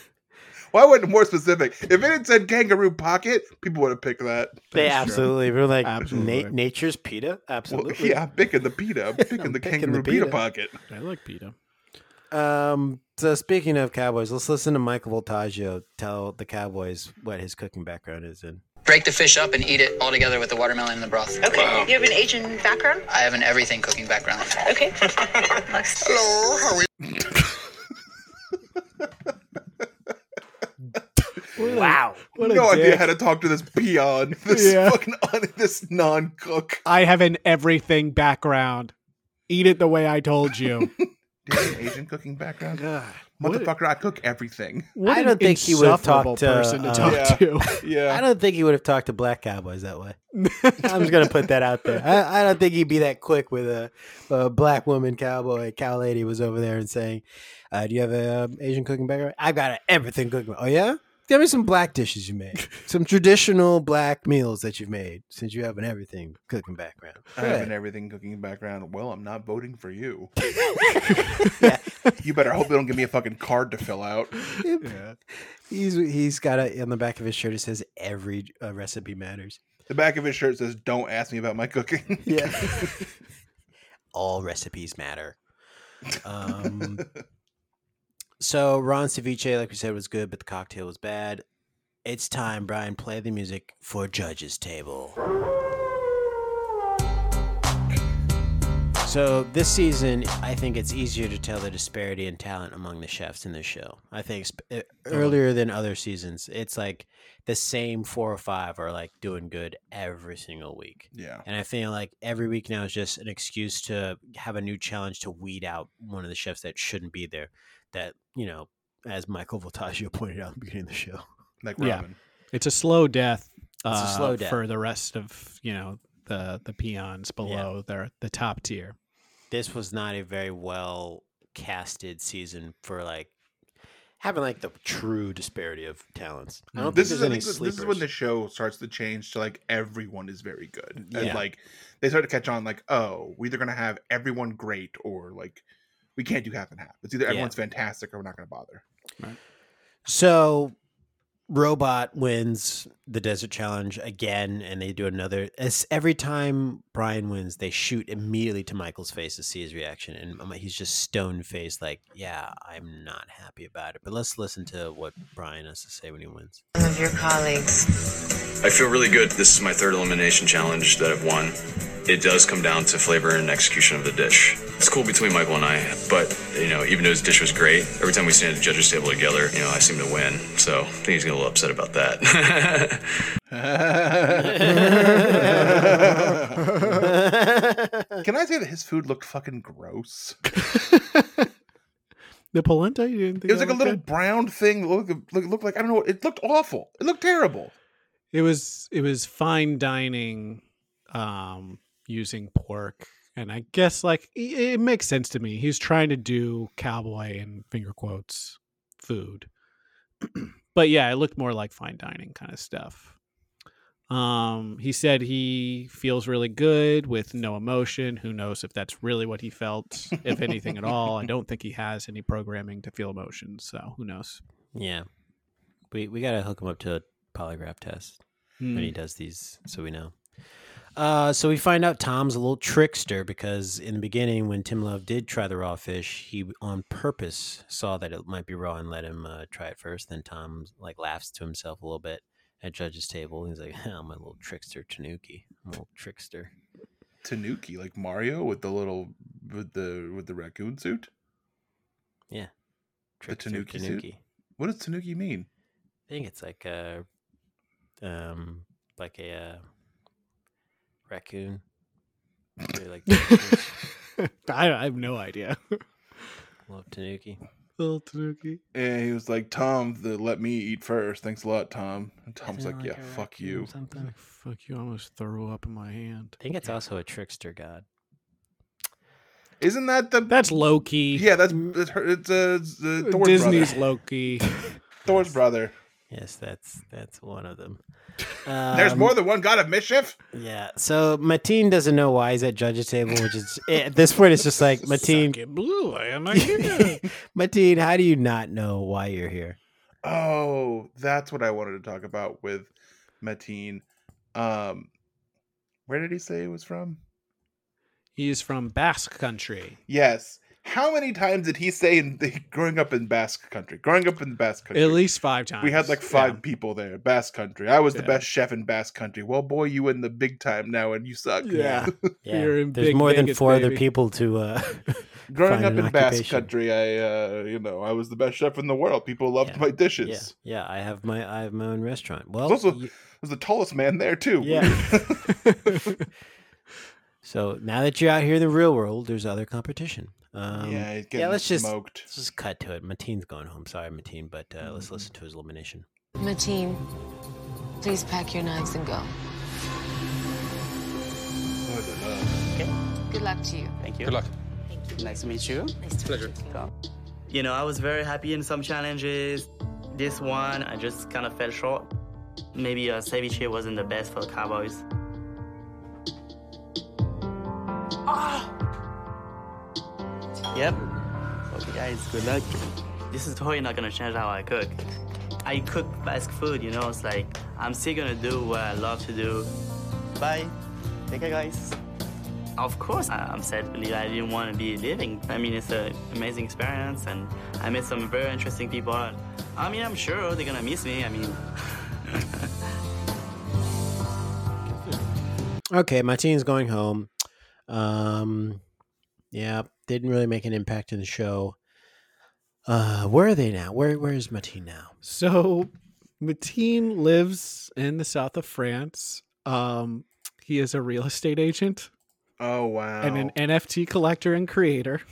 D: Why wasn't it more specific? If it had said kangaroo pocket, people would have picked that.
B: They absolutely were like,
C: Absolutely.
B: Na- nature's PETA?
D: Well,
B: Absolutely.
D: yeah, I'm picking the pita. I'm picking
B: I'm
D: the
B: picking
D: kangaroo
B: the
D: pita.
B: pita.
D: pocket.
C: I like pita.
B: Um. So speaking of Cowboys, let's listen to Michael Voltaggio tell the Cowboys what his cooking background is in.
K: Break the fish up and eat it all together with the watermelon and the broth.
E: Okay, you have an Asian background?
K: I have an everything cooking background.
E: Okay. Looks-
C: Wow. What a
D: no idea
C: dick.
D: how to talk to this peon. This
C: Yeah.
D: fucking this non cook.
C: I have an everything background. Eat it the way I told you.
D: Asian cooking background. Motherfucker, I cook everything.
C: What
B: I
C: an
B: don't think he would have
C: insufferable
B: talked to,
C: person to
B: uh,
C: talk
D: Yeah.
C: to.
B: I
D: Yeah.
B: don't think he would have talked to black cowboys that way. I'm just gonna put that out there. I, I don't think he'd be that quick with a, a black woman cowboy cow lady was over there and saying, uh, "Do you have a um, Asian cooking background? I've got a everything cooking. Oh yeah, Give me some black dishes you made. Some traditional black meals that you've made since you have an everything cooking background.
D: I
B: Go
D: have
B: ahead.
D: an everything cooking background. Well, I'm not voting for you. You better hope they don't give me a fucking card to fill out. Yeah.
B: He's he's got a on the back of his shirt. It says every uh, recipe matters.
D: The back of his shirt says, "Don't ask me about my cooking."
B: Yeah. All recipes matter. Um, so Ron ceviche, like we said, was good, but the cocktail was bad. It's time, Brian. Play the music for Judge's Table. So this season, I think it's easier to tell the disparity in talent among the chefs in this show. I think sp- uh, earlier than other seasons, it's like the same four or five are like doing good every single week.
D: yeah.
B: And I feel like every week now is just an excuse to have a new challenge to weed out one of the chefs that shouldn't be there. That, you know, as Michael Voltaggio pointed out at the beginning of the show.
D: Like
C: Yeah.
D: Robin.
C: It's a slow death.
B: a
C: uh,
B: slow death.
C: for the rest of you know the the peons below their the top tier.
B: This was not a very well casted season for like having like the true disparity of talents. I don't
D: Mm. This
B: think
D: is,
B: there's
D: I
B: any
D: think this this is when
B: sleepers.
D: the show starts to change to like everyone is very good. And
B: Yeah.
D: like they start to catch on like, oh, we're either gonna have everyone great or like we can't do half and half. It's either
B: Yeah.
D: everyone's fantastic or we're not gonna bother.
B: So Robot wins the Desert Challenge again, and they do another. It's every time Brian wins, they shoot immediately to Michael's face to see his reaction, and I'm- he's just stone faced, like, "Yeah, I'm not happy about it." But let's listen to what Brian has to say when he wins.
L: Some of your colleagues.
J: I feel really good. This is my third elimination challenge that I've won. It does come down to flavor and execution of the dish. It's cool between Michael and I, but you know, even though his dish was great, every time we stand at the judges' table together, you know, I seem to win. So I think he's gonna get a little upset about that.
D: Can I say that his food looked fucking gross?
C: The polenta, you didn't think
D: It was
C: that
D: like a
C: looked
D: little
C: good?
D: brown thing. that Looked, looked, looked like I don't know. It looked awful. It looked terrible.
C: It was it was fine dining, um, using pork, and I guess like i- it, makes sense to me. He's trying to do cowboy and finger quotes food, but yeah, it looked more like fine dining kind of stuff. Um, he said he feels really good with no emotion. Who knows if that's really what he felt, if anything at all? I don't think he has any programming to feel emotion, so who knows?
B: Yeah, we we gotta hook him up to a polygraph test
C: Hmm.
B: when he does these, so we know. Uh, so we find out Tom's a little trickster because in the beginning, when Tim Love did try the raw fish, he on purpose saw that it might be raw and let him uh, try it first. Then Tom like laughs to himself a little bit at judge's table. He's like, "I'm a little trickster, Tanuki. I'm a little trickster."
D: Tanuki, like Mario with the little with the with the raccoon suit.
B: Yeah,
D: The
B: trickster
D: Tanuki suit? What does Tanuki mean?
B: I think it's like a, um, like a uh, raccoon. Really like raccoons.
C: I, I have no idea.
B: love Tanuki.
C: Little Tanuki.
D: And he was like, Tom, the let me eat first. Thanks a lot, Tom. And Tom's
B: Isn't
D: like,
B: it
D: Yeah,
B: a
D: fuck
B: raccoon
D: you.
B: or Something.
C: Fuck you! I almost threw up in my hand.
B: I think it's also a trickster god.
D: Isn't that the
C: That's Loki.
D: Yeah, that's that's her- it's uh, it's, uh, Thor's
C: Disney's
D: brother.
C: Loki.
D: Thor's brother.
B: Yes, that's that's one of them.
D: There's
B: Um,
D: more than one god of mischief.
B: Yeah. So Mateen doesn't know why he's at judge's table, which is eh, at this point it's just like Mateen.
C: Get blue. I am
B: Mateen, how do you not know why you're here?
D: Oh, that's what I wanted to talk about with Mateen. Um, where did he say he was from?
C: He is from Basque Country.
D: Yes. How many times did he say in the, growing up in Basque country? Growing up in Basque country.
C: At least five times.
D: we had like
C: Yeah.
D: five people there, Basque country. I was the
C: Yeah.
D: best chef in Basque country. Well, boy, you in the big time now and you suck.
C: Yeah.
B: Yeah.
C: You're in
B: There's
C: Big
B: more than
C: Vegas,
B: four other
C: baby.
B: people to uh
D: Growing
B: find
D: up
B: an
D: in Basque
B: occupation.
D: country, I uh, you know, I was the best chef in the world. People loved
B: Yeah.
D: my dishes.
B: Yeah. Yeah, I have my I have my own restaurant. Well
D: It's also-
B: y-
D: I was the tallest man there too.
B: Yeah. so now that you're out here in the real world, there's other competition. Um,
D: yeah, he's getting
B: yeah, let's just
D: smoked.
B: let's just cut to it. Mateen's going home. Sorry, Mateen, but uh, let's listen to his elimination.
L: Mateen, please pack your knives and go. Good luck to you.
M: Thank you. Good luck. Nice to meet you.
L: Nice to meet you.
M: You know, I was very happy in some challenges. This one, I just kind of fell short. Maybe uh, ceviche wasn't the best for the Cowboys. Ah! Yep. Okay, guys, good luck. This is totally not gonna change how I cook. I cook fast food, you know. It's like I'm still gonna do what I love to do. Bye. Take care, guys. Of course, I- I'm sad that I didn't want to be leaving. I mean, it's an amazing experience, and I met some very interesting people. I mean, I'm sure they're gonna miss me. I mean,
B: Okay, my teen's going home. Um, yeah, didn't really make an impact in the show. Uh, where are they now? Where Where is Mateen now?
C: So Mateen lives in the south of France. Um, he is a real estate agent
D: Oh wow.
C: and an NFT collector and creator.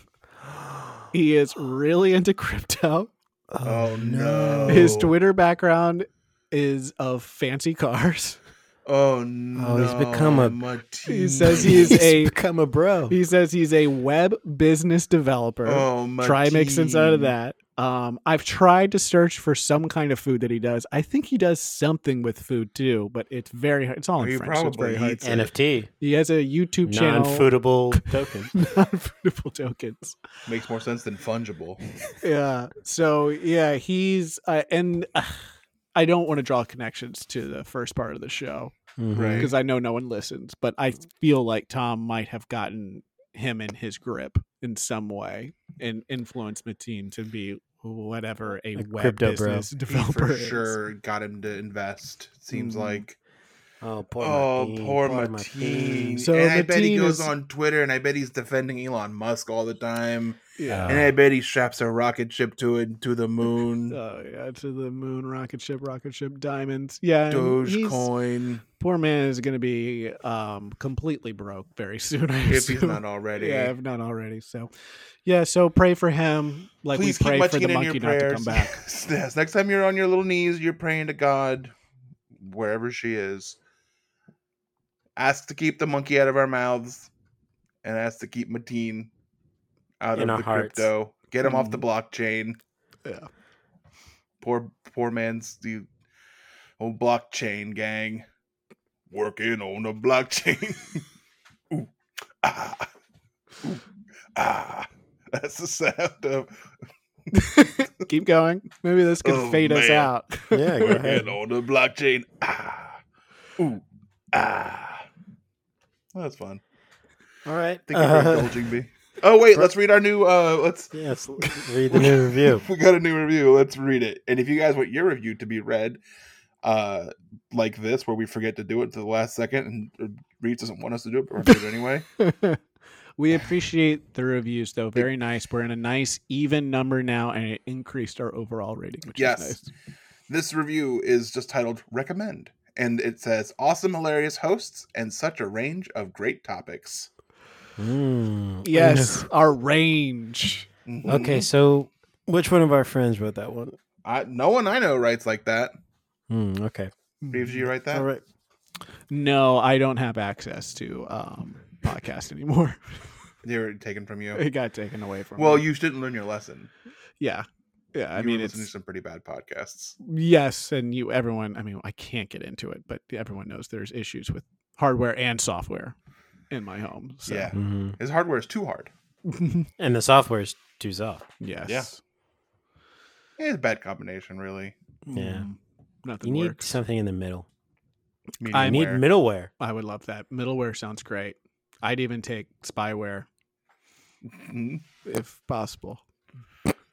C: He is really into crypto.
B: Uh,
D: oh no.
C: His Twitter background is of fancy cars.
D: Oh no.
B: Oh, he's become a-
D: Mateen.
C: He says he is
B: He's
C: a
B: become a bro.
C: He says he's a web business developer.
D: Oh,
C: Try and make sense out of
D: Mateen.
C: that. Um, I've tried to search for some kind of food that he does. I think he does something with food too, but it's very hard. It's all in
D: Oh, He
C: French. so it's very
D: probably
C: hard.
D: eats
C: to-
D: it.
B: NFT
C: He has a YouTube channel.
B: non-foodable token.
C: non-foodable tokens.
D: Makes more sense than fungible.
C: Mm-hmm. Yeah. So yeah, he's uh, and uh, I don't want to draw connections to the first part of the show
B: Mm-hmm.
D: Right.
C: because I know no one listens, but I feel like Tom might have gotten him in his grip in some way and influenced Mateen to be whatever a,
B: A
C: web
B: crypto bro.
C: business
D: He
C: developer
D: for
C: is.
D: sure got him to invest. Seems
C: Mhm.
D: like
B: Oh, poor
D: oh,
B: Mateen,
D: poor Mateen.
C: So
D: and I bet he
C: Mateen
D: goes
C: is-
D: on Twitter and I bet he's defending Elon Musk all the time.
C: Yeah.
D: and I bet he straps a rocket ship to it to the moon.
C: Oh yeah, to the moon, rocket ship, rocket ship, diamonds. Yeah, and he's-
D: Dogecoin.
C: Poor man is going to be um, completely broke very soon. I
D: If he's
C: assume.
D: not already.
C: Yeah, if not already. So, yeah. So pray for him, like
D: Please
C: we
D: keep
C: pray
D: my
C: for the
D: teen in your
C: monkey not to
D: prayers.
C: come back.
D: yes, next time you're on your little knees, you're praying to God, wherever she is. Ask to keep the monkey out of our mouths, and ask to keep Mateen out
B: In
D: of
B: our
D: the
B: hearts.
D: crypto. Get him off the
C: Mm.
D: blockchain.
C: Yeah.
D: Poor, poor man's the old blockchain gang working on the blockchain. Ooh, ah, ooh, ah. That's the sound of
C: keep going. Maybe this could
D: Oh,
C: fade us
D: man.
C: out.
B: Yeah, go ahead.
D: working on the blockchain. Ah, ooh, ah. Well, that's fun.
B: All right. Uh,
D: Thank you for
B: Uh-huh.
D: indulging me. Oh wait, let's read our new. Uh, let's.
B: yes, read the new review.
D: We got a new review. Let's read it. And if you guys want your review to be read, uh, like this, where we forget to do it to the last second, and Reed doesn't want us to do it, but we're gonna do it anyway.
C: we appreciate the reviews, though. Very nice. We're in a nice even number now, and it increased our overall rating, which
D: Yes. Oh,
C: is nice.
D: This review is just titled "Recommend," and it says, "Awesome, hilarious hosts, and such a range of great topics."
B: Mm, I
C: Yes, our range.
D: Mm-hmm.
B: know. Okay, so Mm-hmm. which one of our friends wrote that one?
D: I, no one I know writes like that.
B: Hmm, okay.
D: Reeves, you write that?
B: Mm-hmm. All right.
C: No, I don't have access to um, podcast anymore.
D: They were taken from
C: it
D: you.
C: got taken away from.
D: Well,
C: me.
D: you shouldn't learn your lesson.
C: yeah, yeah. I
D: you
C: mean,
D: were listening
C: it's
D: to some pretty bad podcasts.
C: Yes, and you everyone. I mean, I can't get into it, but everyone knows there's issues with hardware and software in my home. So.
D: Yeah,
B: Mhm.
D: his hardware is too hard.
B: And the software is too soft.
C: Yes.
D: It's a bad combination, really.
B: Yeah.
C: Mm,
B: You
C: Nothing
B: need
C: works.
B: something in the middle.
C: I
B: You
D: Medium
B: need
D: rare.
B: middleware.
C: I would love that. Middleware sounds great. I'd even take spyware
D: Mhm.
C: Mm-hmm. if possible.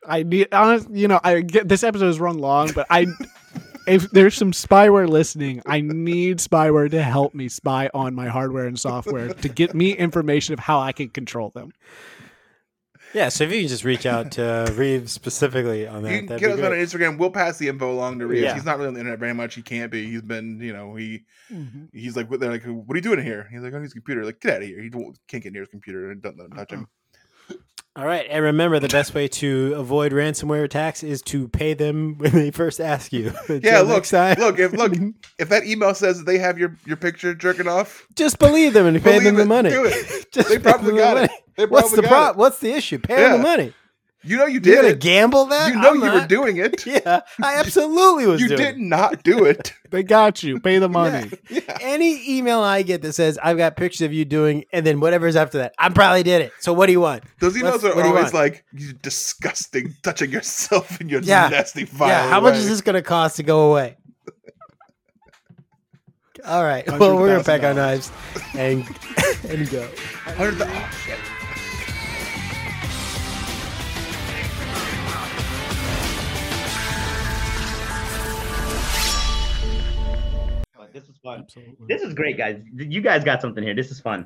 C: I need honest, you know, I get this episode is run long, but I if there's some spyware listening, I need spyware to help me spy on my hardware and software to get me information of how I can control them.
B: Yeah, so if you can just reach out to Reeves specifically on that,
D: You can
B: that'd
D: get
B: be
D: us on
B: great.
D: Instagram. We'll pass the info along to Reeves.
B: Yeah.
D: He's not really on the internet very much. He can't be. He's been, you know, he
B: Mm-hmm.
D: he's like, they're like, what are you doing here? He's like, on his computer. Like, get out of here. He don't- can't get near his computer and don't let him touch
B: Uh-uh.
D: him.
B: All right, and remember the best way to avoid ransomware attacks is to pay them when they first ask you.
D: Yeah,
B: Until
D: look,
B: next time,
D: look, if look, if that email says that they have your your picture jerking off,
B: just believe them and pay
D: Believe
B: them the
D: it.
B: money.
D: Do it.
B: Just
D: They
B: pay
D: probably
B: them the
D: got it.
B: money.
D: They
B: What's
D: probably
B: the
D: got it.
B: problem? What's the issue? Pay them
D: Yeah.
B: the money.
D: You know you
B: You're
D: did
B: gonna
D: it.
B: gamble that?
D: You know
B: I'm
D: you were
B: not.
D: doing it.
B: Yeah, I absolutely was
D: You
B: doing
D: did not do it.
C: they got you. Pay the money.
B: Any email I get that says I've got pictures of you doing, and then whatever's after that, I probably did it. So what do you want?
D: Those
B: Let's-
D: emails
B: what
D: are
B: do you
D: always
B: want?
D: like you disgusting, touching yourself in your
B: yeah,
D: nasty vile
B: yeah. How much
D: way.
B: is this going to cost to go away? All right. Well, we're gonna pack our knives and and go.
D: Hundred thou- oh, shit.
N: This is fun. This is great, guys. You guys got something here. This is fun.